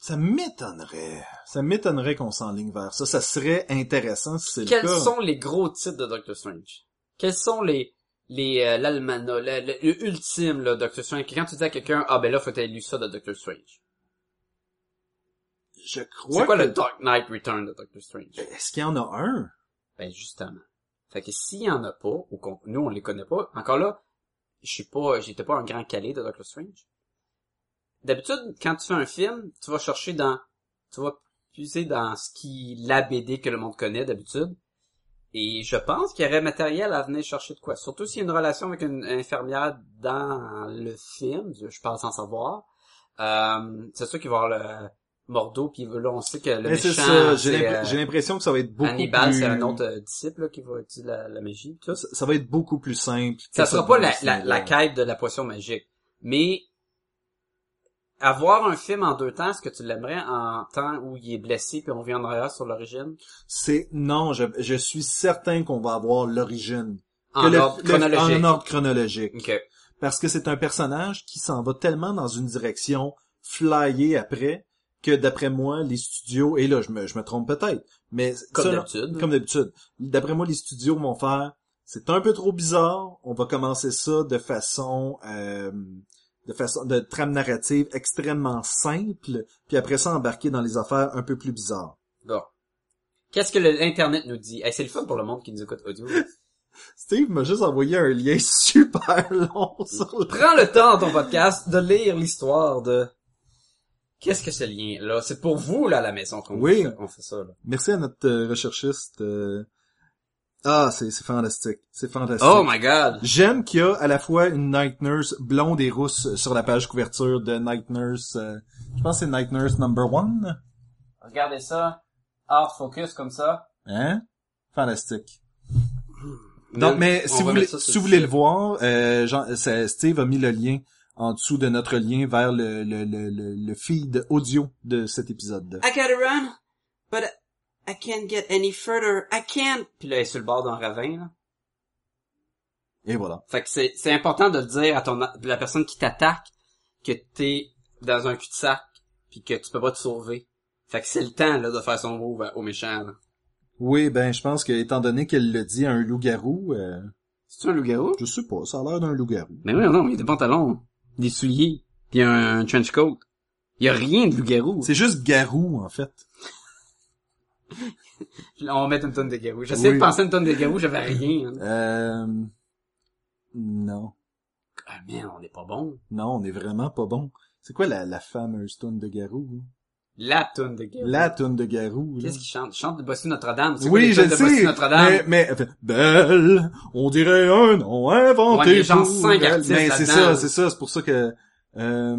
S3: Ça m'étonnerait. Ça m'étonnerait qu'on s'enligne vers ça. Ça serait intéressant si c'est le
S4: Quels
S3: cas.
S4: sont les gros titres de Doctor Strange Quels sont les les euh, l'almanach, le, le- le ultime là, Doctor Strange Quand tu dis à quelqu'un ah ben là faut que t'aies lu ça de Doctor Strange.
S3: Je crois
S4: C'est quoi
S3: que-
S4: le Dark Knight Return de Doctor Strange
S3: Est-ce qu'il y en a un?
S4: Ben justement. Fait que s'il y en a pas, ou qu'on, nous on les connaît pas, encore là, je suis pas, j'étais pas un grand calé de Doctor Strange. D'habitude, quand tu fais un film, tu vas chercher dans, tu vas puiser dans ce qui, la BD que le monde connaît d'habitude. Et je pense qu'il y aurait matériel à venir chercher de quoi. Surtout s'il y a une relation avec une infirmière dans le film, je pense en savoir. Euh, c'est sûr qu'il va y avoir le Mordo, puis là on sait que le
S3: Mais
S4: méchant,
S3: Eh, c'est ça. J'ai
S4: c'est,
S3: l'impr-
S4: euh,
S3: j'ai l'impression que ça va être beaucoup
S4: Hannibal,
S3: plus...
S4: c'est un autre euh, disciple là, qui va utiliser la, la magie. Tout ça.
S3: Ça, ça va être beaucoup plus simple. que
S4: ça sera pas
S3: dans
S4: la,
S3: ce
S4: la, la
S3: film-là.
S4: quête de la potion magique, mais avoir un film en deux temps, est-ce que tu l'aimerais en temps où il est blessé puis on revient en arrière sur l'origine
S3: C'est, non, je, je suis certain qu'on va avoir l'origine.
S4: en
S3: Que le-
S4: ordre
S3: le-
S4: chronologique.
S3: En ordre chronologique.
S4: Ok.
S3: Parce que c'est un personnage qui s'en va tellement dans une direction flyée après que d'après moi, les studios, et là, je me, je me trompe peut-être, mais
S4: Comme
S3: selon-
S4: d'habitude.
S3: comme d'habitude. D'après moi, les studios vont faire c'est un peu trop bizarre, on va commencer ça de façon euh, de façon de trame narrative extrêmement simple, puis après ça embarquer dans les affaires un peu plus bizarres.
S4: Bon. Qu'est-ce que le- l'internet nous dit Hey, C'est le fun pour le monde qui nous écoute audio.
S3: Steve m'a juste envoyé un lien super long sur le...
S4: Prends le temps dans ton podcast de lire l'histoire de. Qu'est-ce que ce lien là C'est pour vous là à la maison qu'on
S3: Oui.
S4: fait- on fait ça. Là.
S3: Merci à notre euh, recherchiste. euh. Ah, c'est c'est fantastique. C'est fantastique.
S4: Oh my God.
S3: J'aime qu'il y a à la fois une Night Nurse blonde et rousse sur la page couverture de Night Nurse. euh, je pense que c'est Night Nurse number one.
S4: Regardez ça. Hard focus comme ça.
S3: Hein? Fantastique. Donc, mais
S4: On
S3: si vous
S4: va
S3: voulez,
S4: mettre ça sur
S3: si vous
S4: le
S3: voulez le
S4: site.
S3: voir, euh, Jean- c'est- Steve a mis le lien en dessous de notre lien vers le, le, le, le, le feed audio de cet épisode.
S4: I gotta run, but I can't get any further. I can't. Puis là, il est sur le bord d'un ravin. Là.
S3: Et voilà.
S4: Fait que c'est c'est important de le dire à ton la personne qui t'attaque que t'es dans un cul-de-sac puis que tu peux pas te sauver. Fait que c'est le temps là de faire son move à- au méchant. là.
S3: Oui, ben je pense que étant donné qu'elle le dit à un loup-garou, euh,
S4: C'est un loup-garou
S3: je sais pas, ça a l'air d'un loup-garou.
S4: Mais Ben oui, non, il y a des pantalons, des souliers, puis un, un trench coat. Il y a rien de loup-garou.
S3: C'est juste garou en fait.
S4: On va mettre une tonne de garou. J'essayais
S3: Oui.
S4: de penser à une tonne de garou, j'avais rien. hein.
S3: Euh... Non,
S4: Ah merde, on est pas bon.
S3: non, on est vraiment pas bon. C'est quoi la, la fameuse tune de garou? hein?
S4: La tonne de garou.
S3: La tune de garou. là.
S4: Qu'est-ce qu'il chante? Il chante de Bossu Notre-Dame. C'est quoi
S3: Oui,
S4: les
S3: je
S4: tunes
S3: le
S4: de Bossu
S3: sais.
S4: Notre-Dame.
S3: Mais, mais- belle, on dirait un nom inventé.
S4: Ouais, mais genre
S3: pour
S4: cinq
S3: elle.
S4: artistes
S3: Mais c'est
S4: là-dedans.
S3: ça, c'est ça, c'est pour ça que euh,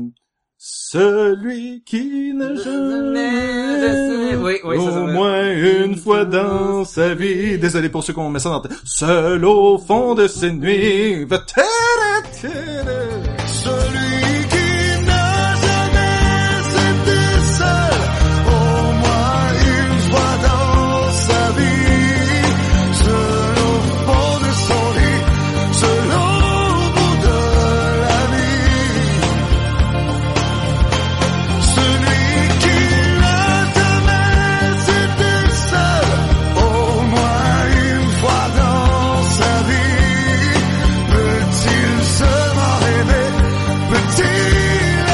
S3: celui qui n'a jamais
S4: Oui, oui, ça, ça
S3: au
S4: va.
S3: moins une fois dans sa vie. Désolé pour ceux qu'on met ça dans. la tête. Seul au fond de ses nuits. va- tada, tada. Celui qui n'a jamais été seul au moins une fois dans sa vie. Seul au fond de son lit, seul au bout de la vie. Celui qui n'a jamais été seul au moins une fois dans sa vie. Peut-il seulement rêver? Peut-il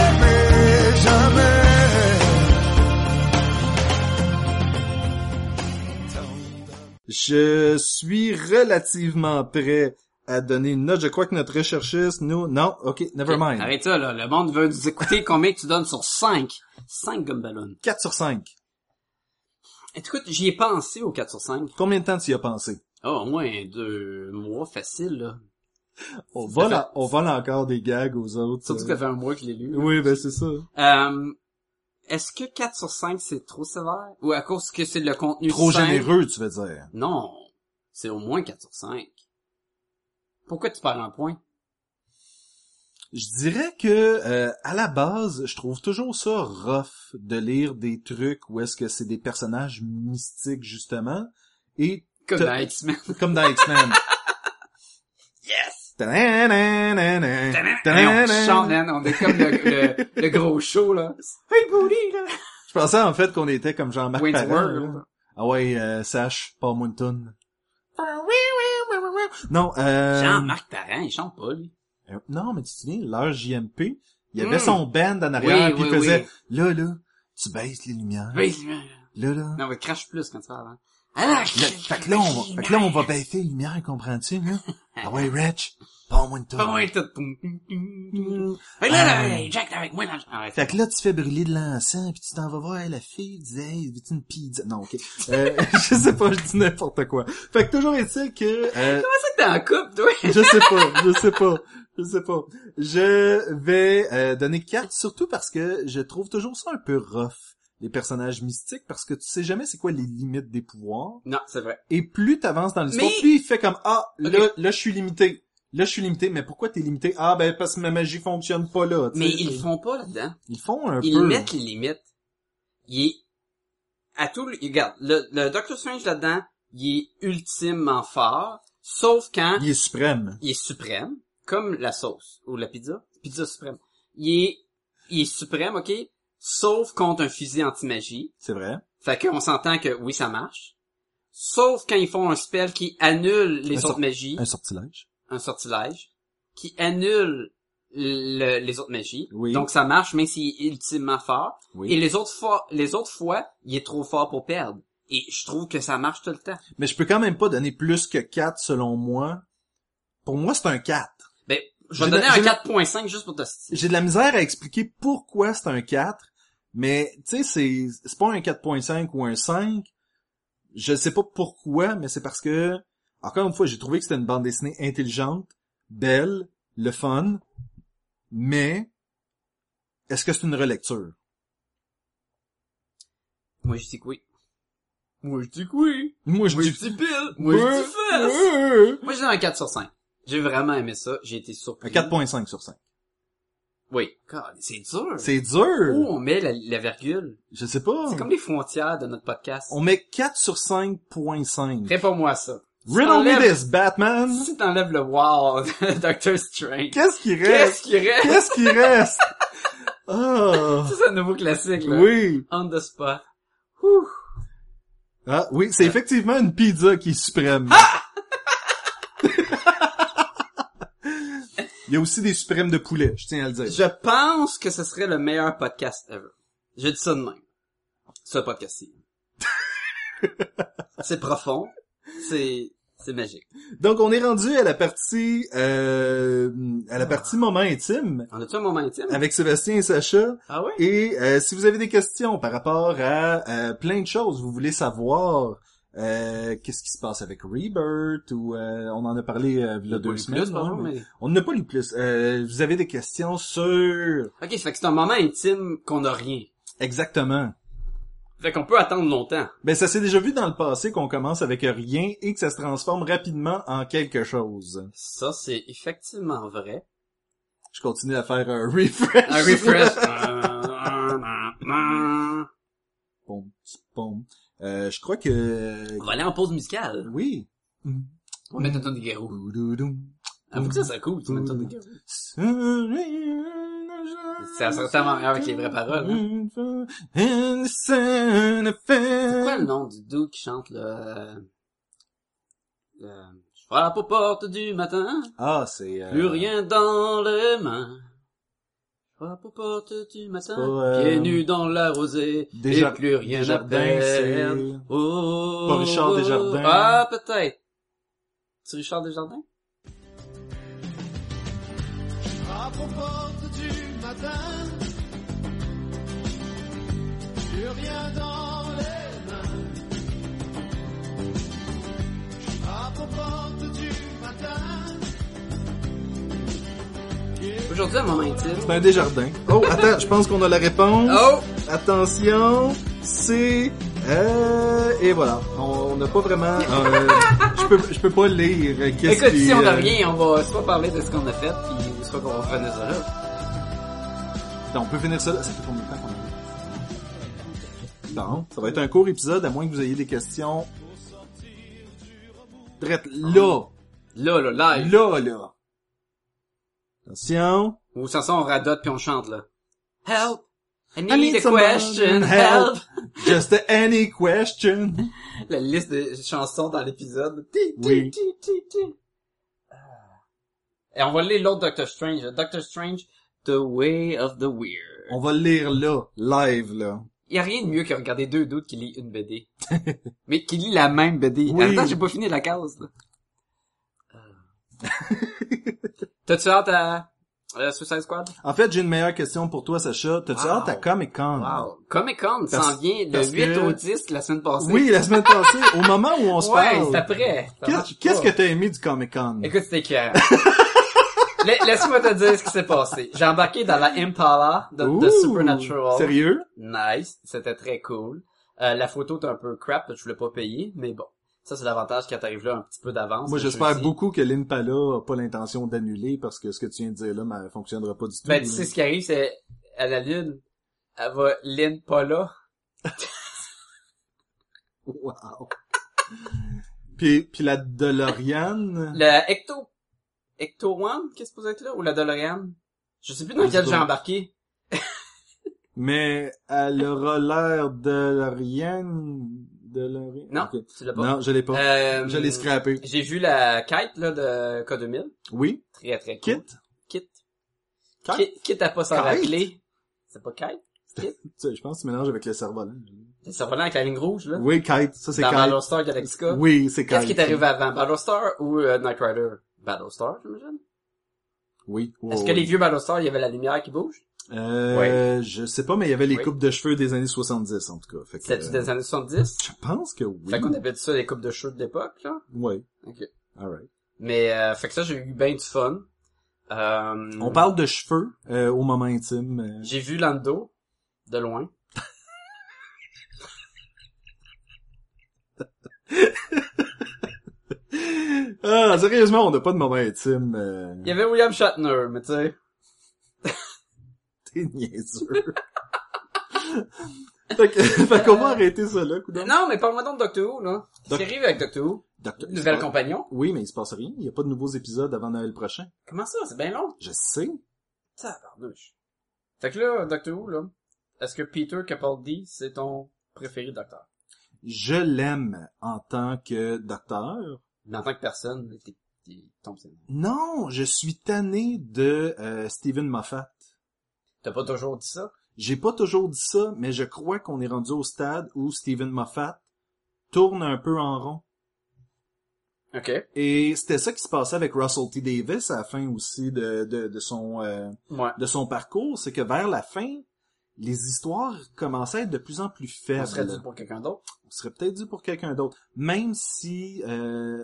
S3: aimer jamais? Je suis relativement prêt à donner une note. Je crois que notre recherchiste nous... Non, ok, never mind.
S4: Arrête ça, là. Le monde veut nous écouter combien tu donnes sur 5. 5 gumballoons.
S3: 4 sur 5.
S4: Écoute, j'y ai pensé au 4 sur 5.
S3: Combien de temps tu y as pensé?
S4: Oh, au moins deux mois facile, là.
S3: On vole, en- on vole encore des gags aux autres.
S4: Surtout
S3: euh.
S4: que ça fait un mois que je l'ai lu.
S3: Oui, ben c'est ça.
S4: Euh, est-ce que 4 sur 5, c'est trop sévère? Ou à cause que c'est le contenu
S3: Trop
S4: simple?
S3: généreux, tu veux dire.
S4: Non. C'est au moins 4 sur 5. Pourquoi tu parles en point?
S3: Je dirais que euh, à la base, je trouve toujours ça rough de lire des trucs où est-ce que c'est des personnages mystiques justement et
S4: Comme
S3: T'as-
S4: dans X-Men.
S3: comme dans X-Men.
S4: Yes! Hey, on
S3: Je
S4: chante, man. On est comme le, le, le gros show, là. Hey, booty, là!
S3: pensais en fait qu'on était comme Jean-Marc
S4: Wayne's
S3: Parent,
S4: World.
S3: là. Ah ouais, euh, Sash, pas Moonton. Ah, Non, euh...
S4: Jean-Marc Parent, il chante pas, lui.
S3: Euh, Non, mais tu te souviens, l'heure JMP, il y avait
S4: Mm.
S3: son band en arrière,
S4: Oui,
S3: puis il
S4: oui,
S3: faisait
S4: oui.
S3: Là, là, tu baisses les lumières.
S4: Oui, c'est vrai.
S3: Là, là.
S4: Non, mais crache plus quand ça Ah, avant. Alors,
S3: Là, fait que là, on va, fait que là, on va baisser les lumières, comprends-tu, là? ah ouais, Rich, pas moins de toi.
S4: Pas moins tout. Poum, poum, poum, poum. Fait que là, là,
S3: Ah.
S4: hey, Jack, t'es avec moi dans le... Ah, ouais,
S3: Fait que là, tu fais brûler de l'encens, puis tu t'en vas voir la fille, tu dis, hey, veux-tu une pizza? Non, ok. Euh, je sais pas, je dis n'importe quoi. Fait que toujours est-il que, euh,
S4: t'es en couple, toi!
S3: je sais pas, je sais pas, je sais pas. Je vais euh, donner 4, surtout parce que je trouve toujours ça un peu rough, les personnages mystiques, parce que tu sais jamais c'est quoi les limites des pouvoirs.
S4: Non, c'est vrai.
S3: Et plus t'avances dans l'histoire,
S4: Mais-
S3: plus il fait comme Ah, là,
S4: Ok.
S3: là je suis limité. Là, je suis limité, mais pourquoi t'es limité? Ah, ben, parce que ma magie fonctionne pas là. tu
S4: Mais
S3: sais.
S4: ils le font pas là-dedans.
S3: Ils font un
S4: Ils
S3: peu.
S4: mettent les limites. Il est... À tout... le- Regarde, le, le Doctor Strange là-dedans, il est ultimement fort, sauf quand
S3: Il est suprême.
S4: il est suprême, comme la sauce ou la pizza, pizza suprême. Il est, il est suprême, ok, sauf contre un fusil anti-magie.
S3: C'est vrai.
S4: Fait qu'on s'entend que oui, ça marche. Sauf quand ils font un spell qui annule les
S3: Un
S4: autres
S3: sort-
S4: magies,
S3: Un sortilège.
S4: un sortilège, qui annule le- les autres magies.
S3: Oui.
S4: Donc ça marche, même s'il est ultimement fort.
S3: Oui.
S4: Et les autres fois, les autres fois, il est trop fort pour perdre. Et je trouve que ça marche tout le temps.
S3: Mais je peux quand même pas donner plus que 4 selon moi. Pour moi, c'est un 4.
S4: Ben, je
S3: J'ai
S4: vais donner
S3: la-
S4: un
S3: j'ai la-
S4: 4.5 juste pour te
S3: J'ai de la misère à expliquer pourquoi c'est un 4, mais tu sais, c'est, c'est pas un 4.5 ou un 5. Je sais pas pourquoi, mais c'est parce que, encore une fois, j'ai trouvé que c'était une bande dessinée intelligente, belle, le fun, mais est-ce que c'est une relecture?
S4: Moi, je dis que oui. Moi, je dis que oui.
S3: Moi, je
S4: Moi, je
S3: dis...
S4: dis pile. Moi, je dis fesse.
S3: Ouais.
S4: Moi, je donne un 4 sur 5. J'ai vraiment aimé ça. J'ai été surpris.
S3: Un 4.5 sur 5.
S4: Oui. God, c'est dur.
S3: C'est dur!
S4: Où on met la, la virgule?
S3: Je sais pas.
S4: C'est comme les frontières de notre podcast.
S3: On met 4 sur 5.5.
S4: Réponds-moi à ça.
S3: Riddle me
S4: Enlève-
S3: this, Batman!
S4: Si t'enlèves le wow de Doctor Strange,
S3: Qu'est-ce qui reste?
S4: qu'est-ce qui reste?
S3: Qu'est-ce qui reste? Ah,
S4: Ça, C'est un nouveau classique, là.
S3: oui.
S4: On the spot. Ouh.
S3: Ah, oui, c'est effectivement une pizza qui est suprême. Il y a aussi des suprêmes de poulet, je tiens à le dire.
S4: Je pense que ce serait le meilleur podcast ever. Je dis ça de même. Ce podcast-ci. c'est profond. C'est, c'est magique.
S3: Donc, on est rendu à la partie, euh, à la partie moment intime
S4: On a-tu un moment intime?
S3: avec Sébastien et Sacha.
S4: Ah ouais?
S3: Et euh, si vous avez des questions par rapport à euh, plein de choses, vous voulez savoir euh, qu'est-ce qui se passe avec Rebirth ou euh, on en a parlé euh, il y a deux
S4: Plus,
S3: semaines.
S4: par
S3: ouais,
S4: contre,
S3: mais-
S4: mais-
S3: On n'a pas lu plus. Euh, vous avez des questions sur...
S4: Ok, ça fait que c'est un moment intime qu'on n'a rien.
S3: Exactement.
S4: Fait qu'on peut attendre longtemps.
S3: Ben, ça s'est déjà vu dans le passé qu'on commence avec rien et que ça se transforme rapidement en quelque chose.
S4: Ça, c'est effectivement vrai.
S3: Je continue à faire un refresh.
S4: Un refresh.
S3: Pom, tch, pom. Euh, je crois que...
S4: On va aller en pause musicale.
S3: Oui.
S4: On va mettre une tonne de garou. Ah, faut que ça serait cool, tu mets une tonne de garou.
S3: Ça
S4: Ça serait tellement meilleur avec les vraies paroles, hein. C'est quoi le nom du dude qui chante le... euh, le... Je frappe aux portes du matin,
S3: Ah, c'est... euh,
S4: plus rien dans les mains. Je frappe aux portes du matin,
S3: pas, euh,
S4: pieds nus dans la rosée,
S3: Déjà-
S4: et plus rien à
S3: Desjardins,
S4: perdre.
S3: c'est-
S4: Oh,
S3: Pas Richard Desjardins.
S4: Ah, peut-être. C'est Richard Desjardins?
S5: frappe aux portes du matin. Plus rien dans les mains. Je frappe aux portes du matin.
S4: Aujourd'hui, un moment intime.
S3: C'est un Desjardins. Oh, attends, je pense qu'on a la réponse.
S4: Oh!
S3: Attention, c'est Euh, et voilà. On on n'a pas vraiment... euh, je, peux, je peux pas lire qu'est-ce
S4: Écoute,
S3: qui...
S4: si on n'a
S3: euh,
S4: rien, on va soit parler de ce qu'on a fait, puis soit qu'on va revenir sur ça.
S3: Non, on peut finir ça là. Ça fait combien de temps qu'on a Bon, ça va être un court épisode, à moins que vous ayez des questions. Drette, là.
S4: Là, là, live.
S3: Là, là. Attention.
S4: Ou sans ça, on radote puis on chante, là. Help! I need,
S3: I need
S4: a
S3: someone
S4: question,
S3: help.
S4: help!
S3: Just any question.
S4: La liste de chansons dans l'épisode. Ti, ti,
S3: Oui.
S4: ti, ti, ti. Ah. Et on va lire l'autre Doctor Strange. Doctor Strange, The Way of the Weird.
S3: On va le lire là, live, là.
S4: Il y a rien de mieux que regarder deux doutes qui lit une BD. Mais qui lit la même BD.
S3: Oui.
S4: Attends, j'ai pas fini la case, là. Ah. T'as-tu hâte à, à Suicide Squad?
S3: En fait, j'ai une meilleure question pour toi, Sacha. T'as-tu
S4: Wow.
S3: hâte à Comic Con?
S4: Wow. Comic Con
S3: Parce-
S4: s'en vient le
S3: parce
S4: 8
S3: que-
S4: au 10 la semaine passée.
S3: Oui, la semaine passée, au moment où on se
S4: Ouais,
S3: parle.
S4: c'est après. Ça
S3: Qu'est-ce
S4: marche
S3: qu'est-ce
S4: pas.
S3: que t'as aimé du Comic Con?
S4: Écoute, c'était clair. La- Laisse-moi te dire ce qui s'est passé. J'ai embarqué dans la Impala de, de
S3: Ouh,
S4: Supernatural.
S3: Sérieux?
S4: Nice. C'était très cool. Euh, la photo est un peu crap, je voulais pas payer, mais bon. Ça, c'est l'avantage quand t'arrives là un petit peu d'avance.
S3: Moi,
S4: le
S3: j'espère
S4: jeudi.
S3: beaucoup que l'Inpala a pas l'intention d'annuler parce que ce que tu viens de dire là, ne fonctionnera pas du tout.
S4: Ben, tu sais ce qui arrive, c'est à la Lune, elle va l'Impala.
S3: Wow. Puis, puis la DeLorean.
S4: La Ecto... Ecto One, qui est supposée être là? Ou la DeLorean? Je sais plus dans
S3: Je
S4: laquelle
S3: sais
S4: j'ai
S3: pas.
S4: embarqué.
S3: Mais elle aura l'air DeLorean. DeLorean.
S4: Non,
S3: Ok.
S4: tu l'as pas.
S3: Non, je l'ai pas.
S4: Euh,
S3: je l'ai scrappé.
S4: J'ai vu la kite là, de K2000.
S3: Oui.
S4: Très très
S3: Kit.
S4: cool. Kit.
S3: Kite?
S4: Kit. Kit à pas s'en
S3: Kite?
S4: rappeler. C'est pas Kite?
S3: Tu sais, je pense que tu mélanges avec le cerveau-là.
S4: Le cerf-volant avec la ligne rouge là.
S3: Oui, Kite. Ça, c'est
S4: dans
S3: Kite.
S4: Battlestar Galactica.
S3: Oui, c'est Kite.
S4: Qu'est-ce qui est arrivé avant? Battlestar ou euh, Knight Rider? Battlestar, j'imagine.
S3: Oui. wow,
S4: Est-ce que
S3: oui.
S4: les vieux Battlestar, il y avait la lumière qui bouge?
S3: Euh, je sais pas, mais il y avait les
S4: Oui.
S3: coupes de cheveux des années 70, en tout cas. Fait que,
S4: C'était-tu
S3: euh,
S4: des années 70?
S3: Je pense que oui.
S4: Fait qu'on appelle ça les coupes de cheveux de l'époque, là.
S3: Oui.
S4: Ok.
S3: Alright.
S4: Mais, euh, fait que ça, j'ai eu bien du fun. Euh,
S3: On parle de cheveux euh, au moment intime. euh.
S4: J'ai vu Lando, de loin.
S3: Ah, sérieusement, on n'a pas de moment intime. euh,
S4: Il y avait William Shatner, mais tu sais.
S3: T'es niaiseux. fait que- fait qu'on va arrêter ça là, coudonc.
S4: Non, mais parle-moi donc de Doctor Who, là. Qu'est-ce
S3: Doc-
S4: qui arrive avec Doctor Who?
S3: Docteur-
S4: Nouvel compagnon?
S3: Oui, mais il se passe rien. Il n'y a pas de nouveaux épisodes avant Noël prochain.
S4: Comment ça? C'est bien long.
S3: Je sais.
S4: Tabarnouche. Fait que là, Doctor Who, là, est-ce que Peter Capaldi, c'est ton préféré docteur?
S3: Je l'aime en tant que docteur.
S4: Mais en tant que personne, t'es, t'es, ton petit-
S3: Non, je suis tanné de euh, Steven Moffat.
S4: T'as pas toujours dit ça?
S3: J'ai pas toujours dit ça, mais je crois qu'on est rendu au stade où Steven Moffat tourne un peu en rond.
S4: Ok.
S3: Et c'était ça qui se passait avec Russell T. Davis à la fin aussi de, de, de son euh,
S4: Ouais.
S3: de son parcours, c'est que vers la fin, les histoires commençaient à être de plus en plus faibles.
S4: On serait dû pour quelqu'un d'autre?
S3: On serait peut-être dû pour quelqu'un d'autre. Même si euh,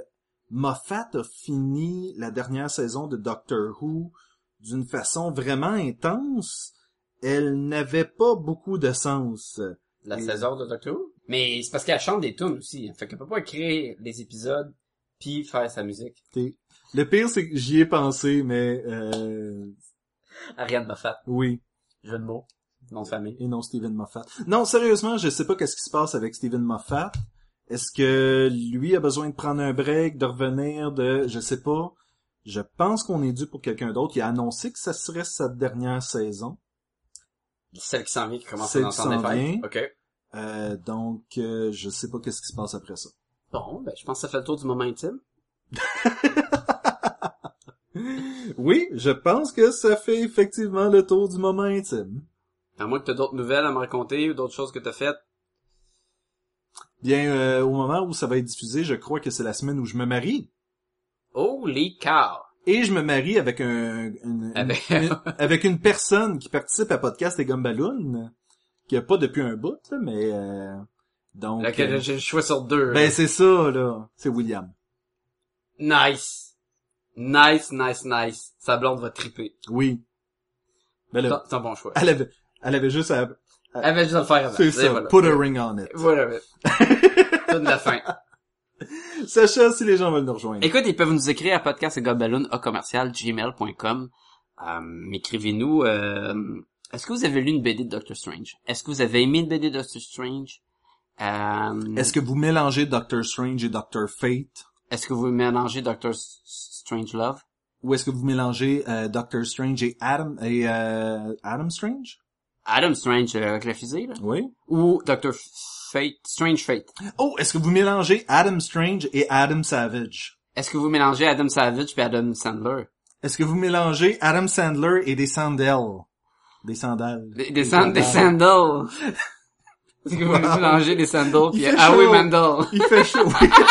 S3: Moffat a fini la dernière saison de Doctor Who d'une façon vraiment intense, elle n'avait pas beaucoup de sens.
S4: La
S3: Oui.
S4: saison de Doctor Who? Mais c'est parce qu'elle chante des tunes aussi. Fait qu'elle peut pas écrire des épisodes puis faire sa musique.
S3: T'es- Le pire, c'est que j'y ai pensé, mais euh,
S4: Ariane Moffat.
S3: oui,
S4: Jeu de mots. Nom de famille.
S3: et non Steven Moffat. Non, sérieusement, je sais pas qu'est-ce qui se passe avec Steven Moffat. Est-ce que lui a besoin de prendre un break, de revenir, de, je sais pas. Je pense qu'on est dû pour quelqu'un d'autre. Il a annoncé que ça serait sa dernière saison.
S4: Celle qui s'en vient qui commence à
S3: Celle qui
S4: entendre
S3: s'en
S4: des
S3: vient.
S4: fêtes. Ok.
S3: Euh, donc, euh, je sais pas qu'est-ce qui se passe après ça.
S4: Bon, ben, je pense que ça fait le tour du moment intime.
S3: Oui, je pense que ça fait effectivement le tour du moment intime.
S4: À moins que t'as d'autres nouvelles à me raconter ou d'autres choses que t'as faites.
S3: Bien, euh, au moment où ça va être diffusé, je crois que c'est la semaine où je me marie.
S4: Holy cow! Eh ben,
S3: Et je me marie avec un, une,
S4: Avec-
S3: une- avec une personne qui participe à Podcast et Gumballoon, qui a pas depuis un bout, là, mais euh, donc
S4: Laquelle
S3: euh,
S4: j'ai le choix sur deux.
S3: ben c'est ça là, c'est William.
S4: nice. Nice, nice, nice. Sa blonde va triper.
S3: Oui. Ben
S4: C'est un-
S3: là,
S4: c'est un bon choix. Eh
S3: elle avait, elle avait juste à
S4: Elle va juste le faire avant.
S3: C'est
S4: Ah ben, Et
S3: ça.
S4: Voilà.
S3: Put a ring on it.
S4: Voilà. ben. Toute la fin.
S3: Sacha, si les gens veulent nous rejoindre.
S4: Écoute, ils peuvent nous écrire à podcastgobaloon.commercial.gmail.com. Euh, écrivez-nous, euh, est-ce que vous avez lu une BD de Doctor Strange? Est-ce que vous avez aimé une BD de Doctor Strange? Euh,
S3: Est-ce que vous mélangez Doctor Strange et Doctor Fate?
S4: est-ce que vous mélangez Doctor S- Strange Love?
S3: Ou est-ce que vous mélangez euh, Doctor Strange et Adam et euh, Adam Strange?
S4: Adam Strange euh, avec la fusée, là?
S3: Oui.
S4: Ou Doctor F- Fate, Strange Fate?
S3: Oh, est-ce que vous mélangez Adam Strange et Adam Savage?
S4: Est-ce que vous mélangez Adam Savage et Adam Sandler?
S3: Est-ce que vous mélangez Adam Sandler et des sandales? Des sandales.
S4: Des, des, san- des sandals! Est-ce que vous mélangez des sandals
S3: Il
S4: pis
S3: fait
S4: ah oui,
S3: chaud.
S4: Mandal?
S3: Il fait chaud.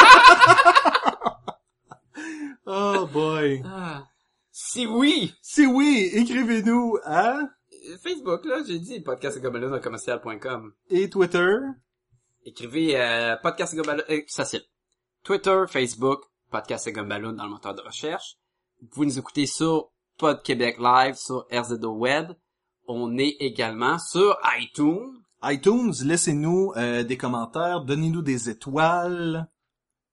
S3: oh boy.
S4: Ah. Si oui!
S3: Si oui, écrivez-nous à
S4: Facebook, là, j'ai dit podcastgobelin.commercial.com.
S3: et Twitter.
S4: Écrivez euh, podcastgobelin, euh, ça c'est Twitter, Facebook, Podcast et Gumballoon dans le moteur de recherche. Vous pouvez nous écouter sur Pod Québec Live, sur RZO Web. On est également sur iTunes.
S3: iTunes, laissez-nous euh, des commentaires, donnez-nous des étoiles,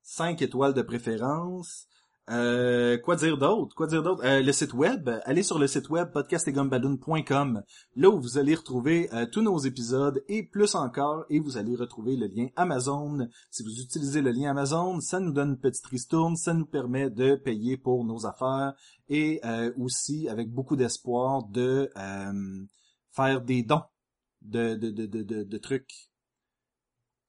S3: cinq étoiles de préférence. Euh, quoi dire d'autre? Quoi dire d'autre? Euh, le site web, euh, allez sur le site web podcastetgumballoon.com, là où vous allez retrouver euh, tous nos épisodes et plus encore, et vous allez retrouver le lien Amazon. Si vous utilisez le lien Amazon, ça nous donne une petite ristourne, ça nous permet de payer pour nos affaires et euh, aussi, avec beaucoup d'espoir, de euh, faire des dons de, de, de, de, de, de trucs.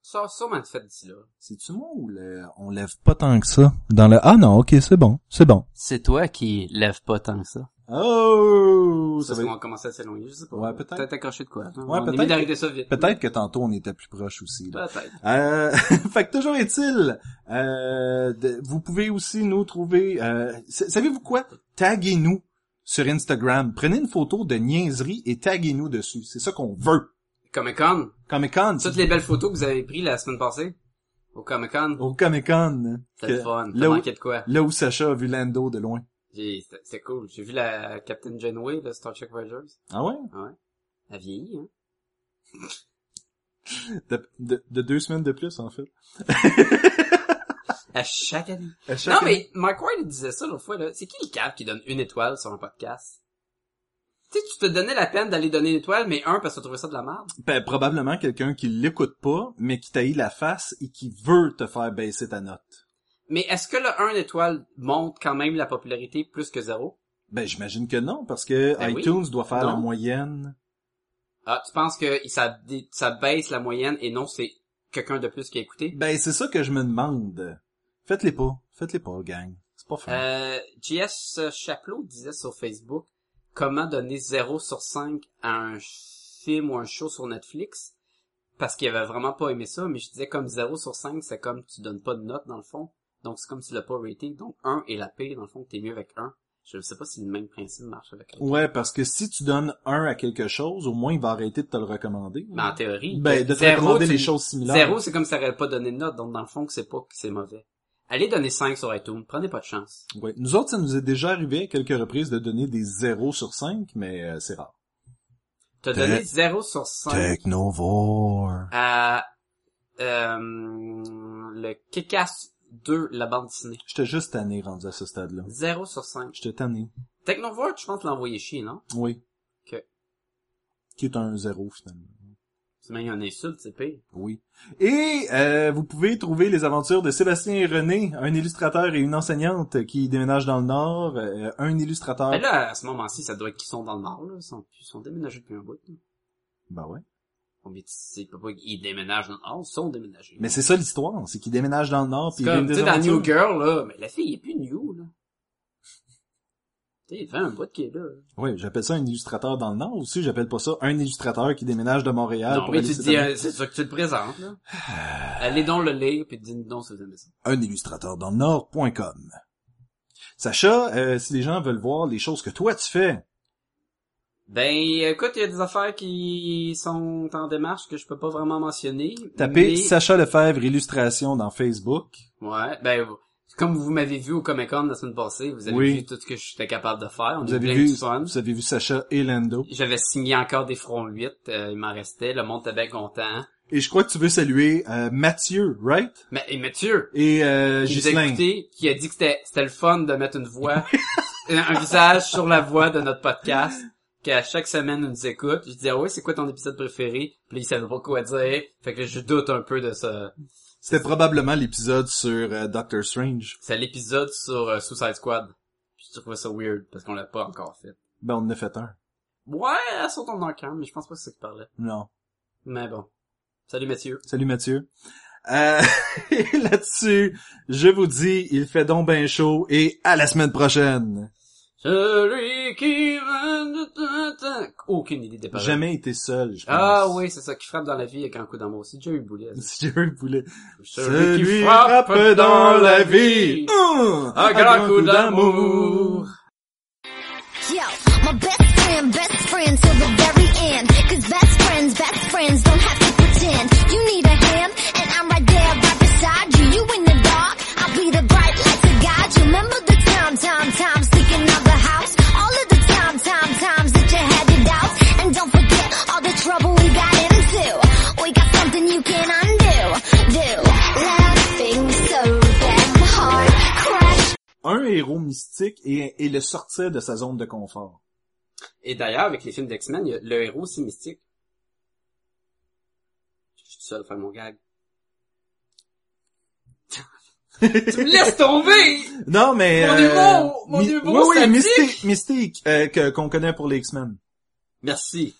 S4: Ça, sûrement fait d'ici là.
S3: C'est-tu moi ou le... on lève pas tant que ça dans le... Ah non, ok, c'est bon, c'est bon.
S4: C'est toi qui lève pas tant que ça.
S3: Oh! ça
S4: Parce
S3: va
S4: qu'on
S3: être-
S4: va commencer à s'éloigner, je sais pas.
S3: Ouais, peut-être.
S4: Peut-être accroché de quoi. Ouais, On est
S3: peut-être.
S4: mieux d'arrêter ça vite.
S3: Peut-être que tantôt on était plus proche aussi. Là.
S4: Peut-être.
S3: Euh, fait que toujours est-il, euh, de- vous pouvez aussi nous trouver... Euh, sa- Savez-vous quoi? Taguez-nous sur Instagram. Prenez une photo de niaiserie et taguez-nous dessus. C'est ça qu'on veut.
S4: Comic Con.
S3: Comic-Con.
S4: Toutes les belles photos que vous avez prises la semaine passée. Au Comic Con.
S3: Au Comic-Con.
S4: C'était le
S3: que-
S4: fun. T'as
S3: Là où,
S4: manqué de quoi?
S3: là où Sacha a vu Lando de loin.
S4: J'ai- C'était c'était cool. J'ai vu la Captain Janeway de Star Trek Rogers.
S3: Ah ouais?
S4: Elle vieillit, hein?
S3: De, de, de deux semaines de plus, en fait.
S4: À chaque année.
S3: À chaque
S4: Non, mais Mike Ward disait ça l'autre fois, là. C'est qui le cap qui donne une étoile sur un podcast? Tu sais, tu te donnais la peine d'aller donner une étoile, mais un parce que tu trouvais ça de la merde.
S3: Ben, probablement quelqu'un qui l'écoute pas, mais qui taille la face et qui veut te faire baisser ta note.
S4: Mais est-ce que le 1 étoile monte quand même la popularité plus que zéro?
S3: Ben, j'imagine que non, parce que
S4: Ben oui.
S3: iTunes doit faire la
S4: Non.
S3: moyenne.
S4: Ah, tu penses que ça, dé- ça baisse la moyenne et non c'est quelqu'un de plus qui a écouté?
S3: Ben, c'est ça que je me demande. Faites-les pas. Faites-les pas, gang. C'est pas fun.
S4: Euh, JS Chaplot disait sur Facebook comment donner 0 sur 5 à un film ou un show sur Netflix parce qu'il avait vraiment pas aimé ça, mais je disais comme 0 sur 5, c'est comme tu donnes pas de note dans le fond. Donc c'est comme tu l'as pas raté. Donc 1 est la pire, dans le fond, t'es mieux avec 1. Je ne sais pas si le même principe marche avec un.
S3: Ouais, parce que si tu donnes un à quelque chose, au moins il va arrêter de te le recommander.
S4: Mais en théorie,
S3: Ben, de te
S4: zéro,
S3: recommander
S4: tu-
S3: les choses similaires.
S4: 0 c'est comme si t'aurais pas donné de note, donc dans le fond que c'est pas que c'est mauvais. Allez donner 5 sur iTunes, prenez pas de chance.
S3: Ouais. Nous autres, ça nous est déjà arrivé à quelques reprises de donner des 0 sur 5, mais euh, c'est rare.
S4: T'as
S3: Te-
S4: donné 0 sur 5
S3: Technovore.
S4: à euh, le Kick-Ass 2, la bande dessinée.
S3: J'étais juste tanné rendu à ce stade-là.
S4: 0 sur 5.
S3: J'étais tanné.
S4: Technovore, je pense l'a envoyé chier, non?
S3: Oui.
S4: Ok.
S3: Qui est un zéro, finalement.
S4: C'est même une insulte, c'est pire.
S3: Oui. Et euh, vous pouvez trouver les aventures de Sébastien et René, un illustrateur et une enseignante qui déménagent dans le Nord, euh, un illustrateur...
S4: Mais Ben là, à ce moment-ci, ça doit être qu'ils sont dans le nord, là. Ils sont, ils sont déménagés depuis un bout. là.
S3: Ben ouais.
S4: Bon, mais tu sais pas qu'ils déménagent dans le nord, ils sont déménagés.
S3: Mais c'est ça l'histoire, c'est qu'ils déménagent dans le Nord.
S4: C'est
S3: puis ils
S4: comme,
S3: vivent
S4: tu
S3: des
S4: sais, dans
S3: aventures.
S4: New Girl, là, mais la fille est plus new, là. Tu sais, il fait un bout qui est là. là.
S3: Oui, j'appelle ça un illustrateur dans le Nord aussi, j'appelle pas ça un illustrateur qui déménage de Montréal
S4: non,
S3: Ah, pour
S4: mais
S3: aller
S4: tu te dis,
S3: s'établir.
S4: euh, c'est ça que tu le présentes, là. Allez donc le lire, puis dis-nous donc si vous aimez ça.
S3: un illustrateur dans le Nord.com. Sacha, euh, si les gens veulent voir les choses que toi tu fais,
S4: Ben, écoute, il y a des affaires qui sont en démarche que je peux pas vraiment mentionner.
S3: tapez
S4: mais-
S3: Sacha Lefebvre Illustration dans Facebook.
S4: Ouais, ben, Comme vous m'avez vu au Comic Con la semaine passée, vous avez
S3: Oui.
S4: vu tout ce que j'étais capable de faire. On
S3: Vous
S4: a eu
S3: avez,
S4: plein
S3: vu,
S4: de fun.
S3: vous avez vu Sacha et Lando.
S4: J'avais signé encore des fronts 8, euh, il m'en restait, le monde était bien content.
S3: Et je crois que tu veux saluer euh, Mathieu, right?
S4: Mais, et Mathieu,
S3: Et euh,
S4: qui nous a
S3: Ghislain.
S4: écouté, qui a dit que c'était, c'était le fun de mettre une voix, un un visage sur la voix de notre podcast, qu'à chaque semaine, on nous écoute. Je disais, ah ouais, c'est quoi ton épisode préféré? Puis là, il savait pas quoi dire. Fait que je doute un peu de ça.
S3: C'était probablement l'épisode sur euh, Doctor Strange.
S4: C'est l'épisode sur euh, Suicide Squad. Puis je trouvais ça weird, parce qu'on l'a pas encore fait.
S3: Ben, on en a fait un.
S4: Ouais, sur ton camp, mais je pense pas que c'est ça qu'il parlait.
S3: Non.
S4: Mais bon. Salut Mathieu.
S3: Salut Mathieu. Euh, et là-dessus, je vous dis, il fait donc bien chaud et à la semaine prochaine.
S4: Celui qui va... Aucune idée des paroles.
S3: Jamais été seul, je pense.
S4: Euh. Ah oui, c'est ça qui frappe dans la vie avec un coup d'amour. C'est déjà eu boulet.
S3: Si je voulais.
S4: Celui qui frappe dans la vie.
S3: Hum,
S4: Un grand coup d'amour.
S6: Yo, my best friend, best friend till the very end. Cause best friends, best friends don't have to pretend. You need a hand, and I'm right there, right beside you. You in the dark, I'll be the bright light to guide you. Remember the time, time, time, sneaking out the house. All of the time, time, times that you had your doubts. And don't forget all the trouble we got into. We got something you can undo. Do. Laughing so damn hard. Crash.
S3: Un héros mystique et, et le sortir de sa zone de confort.
S4: Et d'ailleurs, avec les films d'X-Men, il y a le héros, c'est mystique. Je suis tout seul à faire mon gag. tu me laisses tomber!
S3: Non, mais... euh,
S4: Mon humour, mon
S3: oui,
S4: humour
S3: oui,
S4: sadique.
S3: mystique, mystique euh, que- qu'on connaît pour les X-Men.
S4: Merci.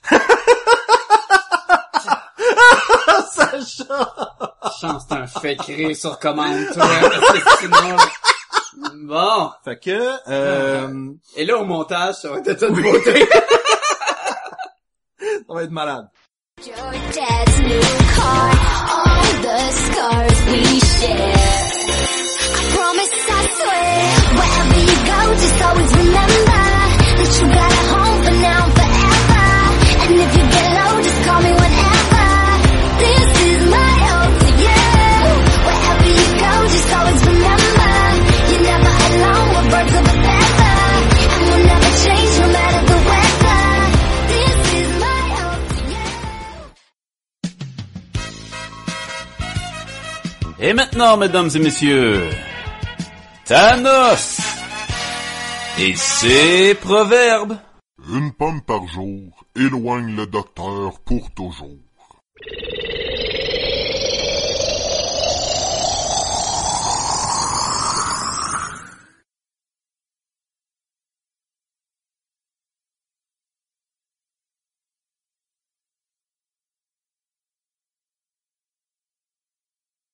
S3: Sacha!
S4: Chance, t'es un fait créé sur commande, toi. parce que sinon- Bon.
S3: Fait que... Euh,
S4: Et là, au montage, ça va être de toute beauté.
S3: on va être malade.
S6: Your dad's new car, all the scars we share. I promise, I swear, wherever you go, just always remember that you got a home for now and forever. And if you get low, just call me whenever. This is my home for you. Wherever you go, just always remember you're never alone. We're birds of a feather, and we'll never change no matter the weather. This is my home for you.
S1: Et maintenant, mesdames et messieurs, Thanos et ses proverbes.
S7: Une pomme par jour éloigne le docteur pour toujours.